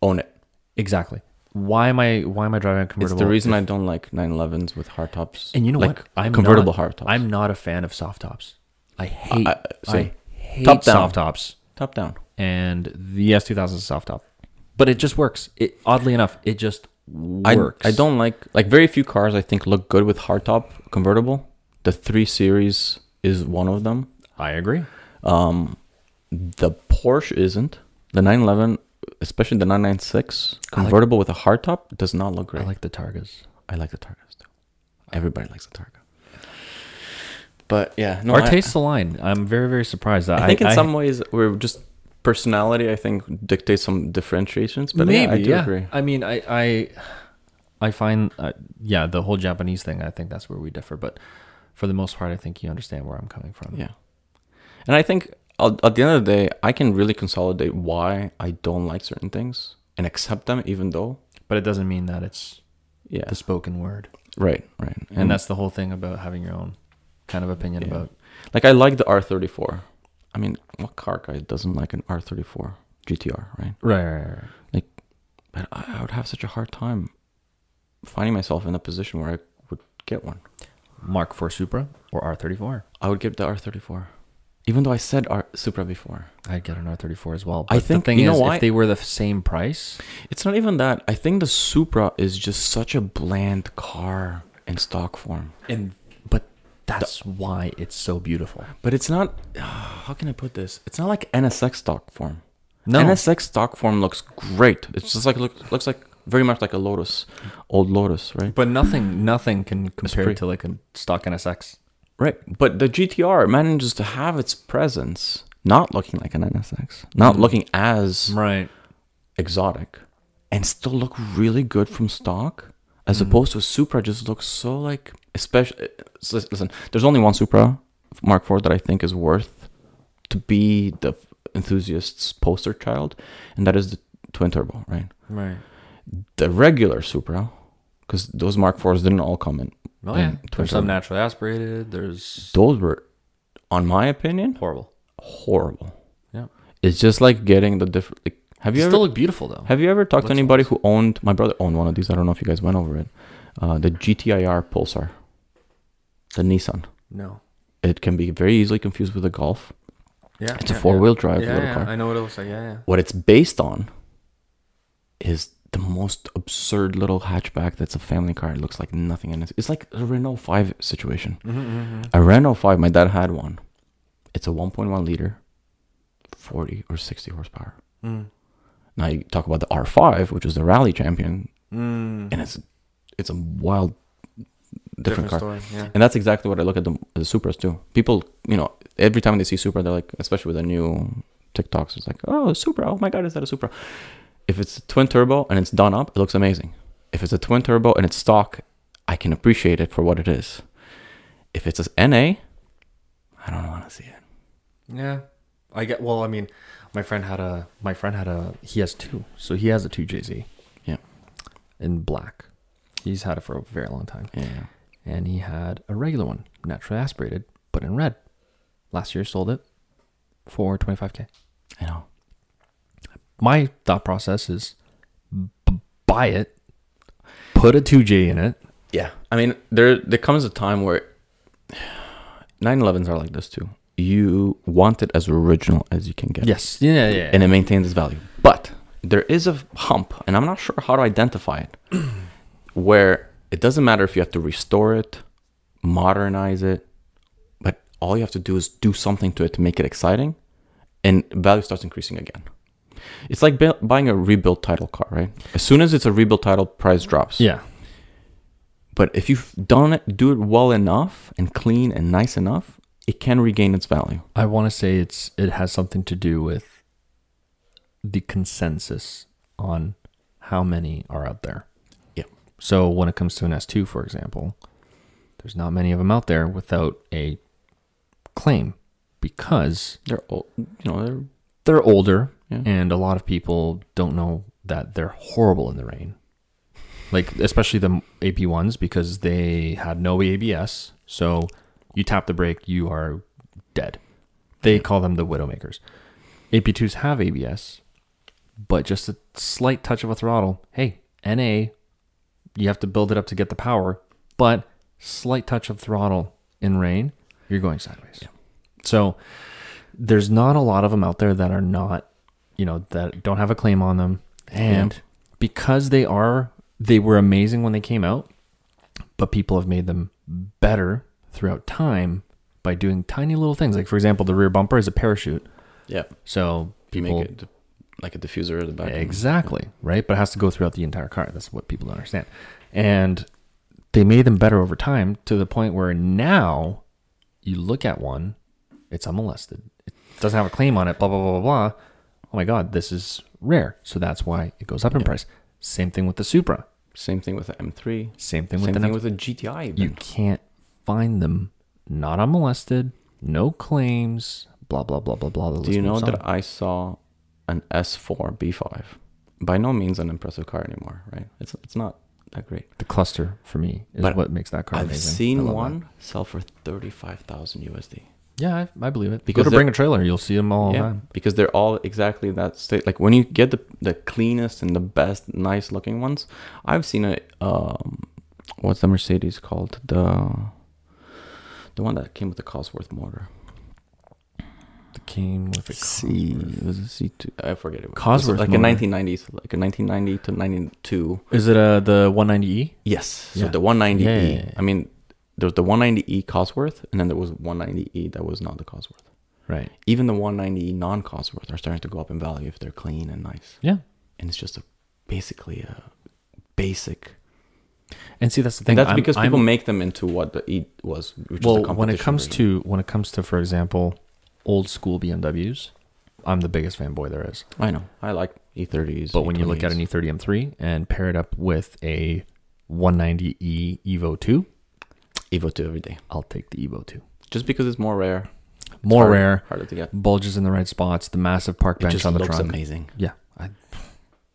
B: own it.
A: Exactly. Why am I? Why am I driving a
B: It's
A: convertible?
B: the reason
A: if-
B: I don't like 911s with hard tops.
A: And you know
B: like
A: what? I'm
B: convertible
A: not,
B: hard tops.
A: I'm not a fan of soft tops. I hate.
B: I-
A: I,
B: same.
A: hate
B: Top down.
A: soft tops.
B: top down.
A: And the S2000 is a soft top, but it just works. It oddly enough, it just
B: I,
A: works.
B: I don't like like very few cars I think look good with hardtop convertible. The three series is one of them.
A: I agree.
B: Um, the Porsche isn't. The 911, especially the 996 convertible with a hardtop, does not look great.
A: I like the Targas.
B: I like the Targas too. Everybody likes the Targa. But yeah, no,
A: Our
B: I-
A: tastes align. I'm very very surprised that
B: I think in some ways we're just personality. I think dictates some differentiations. But yeah, I do agree.
A: I mean, I, I, I find, uh, yeah, the whole Japanese thing. I think that's where we differ. But for the most part, I think you understand where I'm coming from.
B: Yeah, and I think uh, at at the end of the day, I can really consolidate why I don't like certain things and accept them, even though
A: But it doesn't mean that it's
B: yeah,
A: the spoken word,
B: right, right, and,
A: and, that's the whole thing about having your own kind of opinion
B: Yeah.
A: about.
B: like I like the R34. I mean, what car guy doesn't like an R34 GTR, right?
A: Right, right, right, right.
B: But I, I would have such a hard time finding myself in a position where I would get one.
A: Mark IV Supra or R34.
B: I would give the R34, even though I said R- Supra before.
A: I'd get an R34 as well.
B: I
A: But
B: think-
A: the thing
B: you know
A: is,
B: why?
A: if they were the same price,
B: It's not even that. I think the Supra is just such a bland car in stock form.
A: and but that's why it's so beautiful.
B: But it's not. How can I put this? It's not like NSX stock form.
A: No,
B: NSX stock form looks great. It's just like look, looks like very much like a Lotus, old Lotus, right?
A: but nothing, nothing can compare
B: pretty-
A: to like a stock NSX.
B: Right. But the GTR manages to have its presence, not looking like an NSX, not
A: Mm-hmm.
B: looking as
A: Right.
B: exotic, and still look really good from stock, as opposed to Supra just looks so like. Especially, listen. There's only one Supra Mark IV that I think is worth to be the enthusiast's poster child, and that is the twin turbo, right?
A: Right.
B: The regular Supra, because those Mark IVs didn't all come in.
A: Oh
B: in
A: yeah.
B: twin
A: There's some
B: turbo.
A: naturally aspirated. There's
B: Those were, on my opinion,
A: horrible.
B: horrible.
A: Yeah.
B: It's just like getting the different. Like, have you
A: Still
B: ever
A: look beautiful though.
B: have you ever talked to
A: Which
B: anybody who owned? My brother owned one of these. I don't know if you guys went over it. Uh, the GTIR Pulsar, the Nissan.
A: No.
B: It can be very easily confused with a Golf.
A: Yeah.
B: It's a four-wheel drive little car.
A: know what it looks like. Yeah, yeah.
B: What it's based on is the most absurd little hatchback. That's a family car. It looks like nothing in it. It's like a Renault Five situation.
A: Mm-hmm,
B: A Renault 5, my dad had one. It's a 1.1 liter, 40 or 60 horsepower.
A: mm-hmm.
B: Now you talk about the R5, which is the rally champion,
A: Mm.
B: and it's it's a wild different, car.
A: story. Yeah.
B: And that's exactly what I look at the, the Supras too. People, you know, every time they see Supra, they're like, especially with the new TikToks, it's like, oh, Supra, oh my God, is that a Supra? If it's a twin turbo and it's done up, it looks amazing. If it's a twin turbo and it's stock, I can appreciate it for what it is. If it's a NA, I don't want to see it.
A: Yeah. I get. Well, I mean, my friend had a. My friend had a. He has two. So he has a two JZ
B: Yeah.
A: in black. He's had it for a very long time,
B: Yeah.
A: and he had a regular one, naturally aspirated, but in red. Last year, sold it for twenty five k.
B: I know.
A: my thought process is b- buy it, put a 2J in it.
B: Yeah. I mean, there there comes a time where 911s are like this too. You want it as original as you can get.
A: Yes. Yeah, yeah.
B: and it maintains its value. But there is a hump, and I'm not sure how to identify it, where it doesn't matter if you have to restore it, modernize it, but all you have to do is do something to it to make it exciting, and value starts increasing again. It's like bu- buying a rebuilt title car, right? As soon as it's a rebuilt title, price drops.
A: yeah.
B: But if you've done it, do it well enough and clean and nice enough, it can regain its value.
A: I want to say it's it has something to do with the consensus on how many are out there.
B: Yeah.
A: So when it comes to an S2, for example, there's not many of them out there without a claim because
B: They're all, you know, they're
A: they're older
B: Yeah.
A: and a lot of people don't know that they're horrible in the rain. like especially the AP ones because they had no ABS. So you tap the brake, you are dead. They call them the Widowmakers. AP2s have ABS, but just a slight touch of a throttle. Hey, NA, you have to build it up to get the power, but slight touch of throttle in rain, you're going sideways. So there's not a lot of them out there that are not, you know, that don't have a claim on them. And because they are, they were amazing when they came out, but people have made them better throughout time by doing tiny little things. Like, for example, the rear bumper is a parachute.
B: Yeah.
A: So
B: You
A: people-
B: make it like a diffuser at the back.
A: Exactly. Right. But it has to go throughout the entire car. That's what people don't understand. And they made them better over time to the point where now you look at one, it's unmolested. It doesn't have a claim on it, blah, blah, blah, blah, blah. Oh my God, this is rare. So that's why it goes up in price. Same thing with the Supra.
B: Same thing with the M3.
A: Same thing with
B: Same
A: the
B: thing
A: next.
B: with the GTI. Even.
A: you can't find them not unmolested, no claims, blah, blah, blah, blah, blah. The
B: Do
A: list
B: you know
A: moves on.
B: that I saw an S4 B5? By no means an impressive car anymore, right? It's it's not that great.
A: the cluster for me is
B: But
A: what makes that car
B: I've
A: amazing. I
B: seen
A: love that.
B: one sell for thirty-five thousand USD.
A: Yeah, I, I believe it. Because Go
B: Because
A: to
B: they're-
A: bring a trailer, you'll see them all the
B: yeah,
A: time.
B: because they're all exactly that state. Like when you get the the cleanest and the best, nice looking ones. I've seen a um, what's the Mercedes called the the one that came with the Cosworth motor.
A: It came with a
B: C it was a C two. I forget it. was.
A: Cosworth
B: like
A: motor.
B: a nineteen nineties, like a nineteen ninety to ninety two.
A: Is it uh the 190e?
B: Yes. So
A: Yeah.
B: the 190E.
A: Yeah, yeah, yeah.
B: I mean, there was the 190E Cosworth, and then there was 190E that was not the Cosworth.
A: Right.
B: Even the 190E non Cosworth are starting to go up in value if they're clean and nice.
A: Yeah.
B: And it's just a basically a basic.
A: And see, that's the thing.
B: And that's
A: I'm-
B: because
A: I'm-
B: people make them into what the E was. Which
A: well,
B: is the
A: when it
B: competition
A: comes
B: version.
A: to when it comes to, for example, old school BMWs, I'm the biggest fanboy there is.
B: I know. I like E E30s.
A: But when you look at an E
B: E20s.
A: E30 M3 and pair it up with a 190e Evo 2,
B: Evo 2 every day,
A: I'll take the Evo 2.
B: just because it's more rare. it's
A: More
B: harder-
A: rare,
B: Harder to get.
A: bulges in the right spots, the massive park
B: It
A: bench
B: just
A: on the
B: looks
A: trunk.
B: amazing.
A: Yeah, I,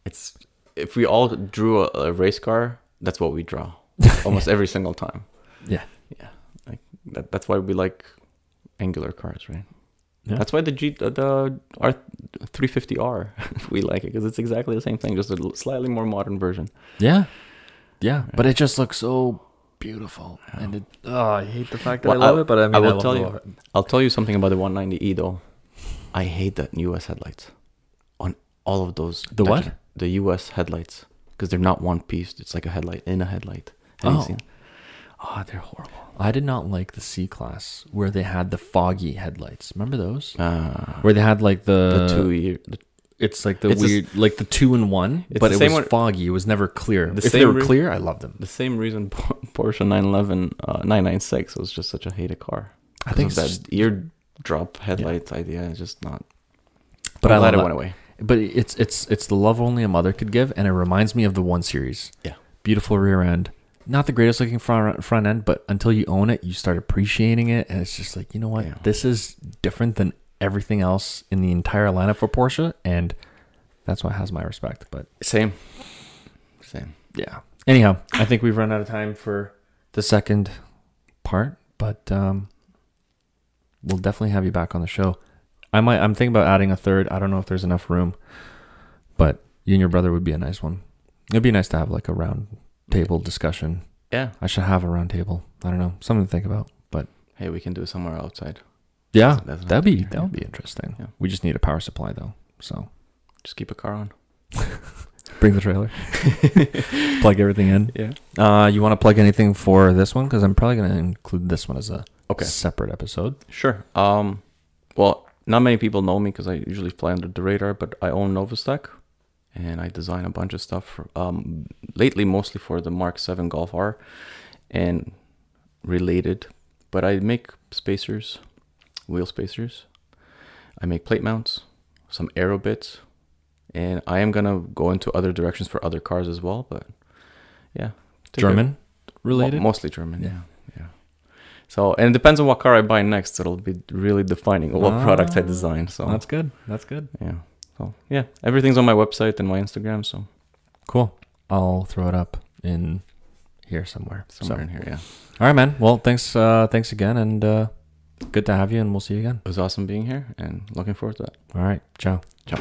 B: It's if we all drew a, a race car, that's what we draw almost every single time.
A: Yeah.
B: yeah. Like that, that's why we like angular cars, right?
A: Yeah.
B: That's why the G the, the R three fifty R we like it because it's exactly the same thing, just a l- slightly more modern version.
A: Yeah. Yeah. But it just looks so beautiful. And it, oh, I hate the fact that
B: Well,
A: I love
B: I-
A: it, but I mean,
B: I
A: I,
B: will
A: love
B: tell
A: the
B: you-
A: love it.
B: I'll tell you something about the one ninety E though. I hate the US headlights on all of those.
A: The what?
B: actually, The US headlights because they're not one piece. It's like a headlight in a headlight. Have you
A: Oh.
B: seen? Oh, they're horrible.
A: I did not like the C class where they had the foggy headlights. Remember those?
B: Uh,
A: Where they had like the,
B: the two year the,
A: It's like the
B: It's the s-
A: weird, like the two and one,
B: It's
A: but
B: the
A: it was
B: same one-
A: foggy. It was never clear.
B: The
A: if they
B: same
A: were
B: re-
A: clear, I loved them.
B: the same reason Por- Porsche 911 uh, 996 was just such a hated car.
A: I think
B: Because of
A: it's
B: that eardrop headlights idea is just not.
A: But
B: I'm
A: I
B: glad
A: love
B: it
A: that.
B: went away.
A: But it's it's it's the love only a mother could give, and it reminds me of the one series.
B: Yeah.
A: beautiful rear end, not the greatest looking front front end, but until you own it, you start appreciating it, and it's just like you know what,
B: Yeah.
A: this is different than everything else in the entire lineup for Porsche, and that's why it has my respect. But
B: Same. Same.
A: yeah, anyhow, I think we've run out of time for the second part, but um, we'll definitely have you back on the show. I might. I'm thinking about adding a third. I don't know if there's enough room, but you and your brother would be a nice one. It'd be nice to have like a round table discussion.
B: Yeah.
A: I should have a round table. I don't know. Something to think about. But
B: Hey, we can do it somewhere outside.
A: yeah,
B: That's not
A: that'd be
B: bad.
A: that would be interesting.
B: Yeah.
A: We just need a power supply though. So
B: Just keep a car on.
A: bring the trailer. plug everything in.
B: Yeah.
A: Uh you want to plug anything for this one cuz I'm probably going to include this one as a
B: Okay.
A: separate episode.
B: Sure. Um, well, not many people know me because I usually fly under the radar, but I own Novastack, and I design a bunch of stuff. For, um, lately, mostly for the Mark Seven Golf R, and related. But I make spacers, wheel spacers. I make plate mounts, some aero bits, and I am gonna go into other directions for other cars as well. But yeah, Take a-
A: German related?
B: Mo- mostly German.
A: Yeah.
B: Yeah. yeah. So, and it depends on what car I buy next. It'll be really defining what products I
A: Ah,
B: design. So,
A: That's good. That's good.
B: yeah. So, yeah. Everything's on my website and my Instagram. So,
A: Cool. I'll throw it up in here somewhere.
B: somewhere
A: So-
B: in here. Yeah,
A: all right, man. Well, thanks, uh, thanks again, and uh, good to have you, and we'll see you again.
B: it was awesome being here, and looking forward to that.
A: All right, ciao.
B: Ciao.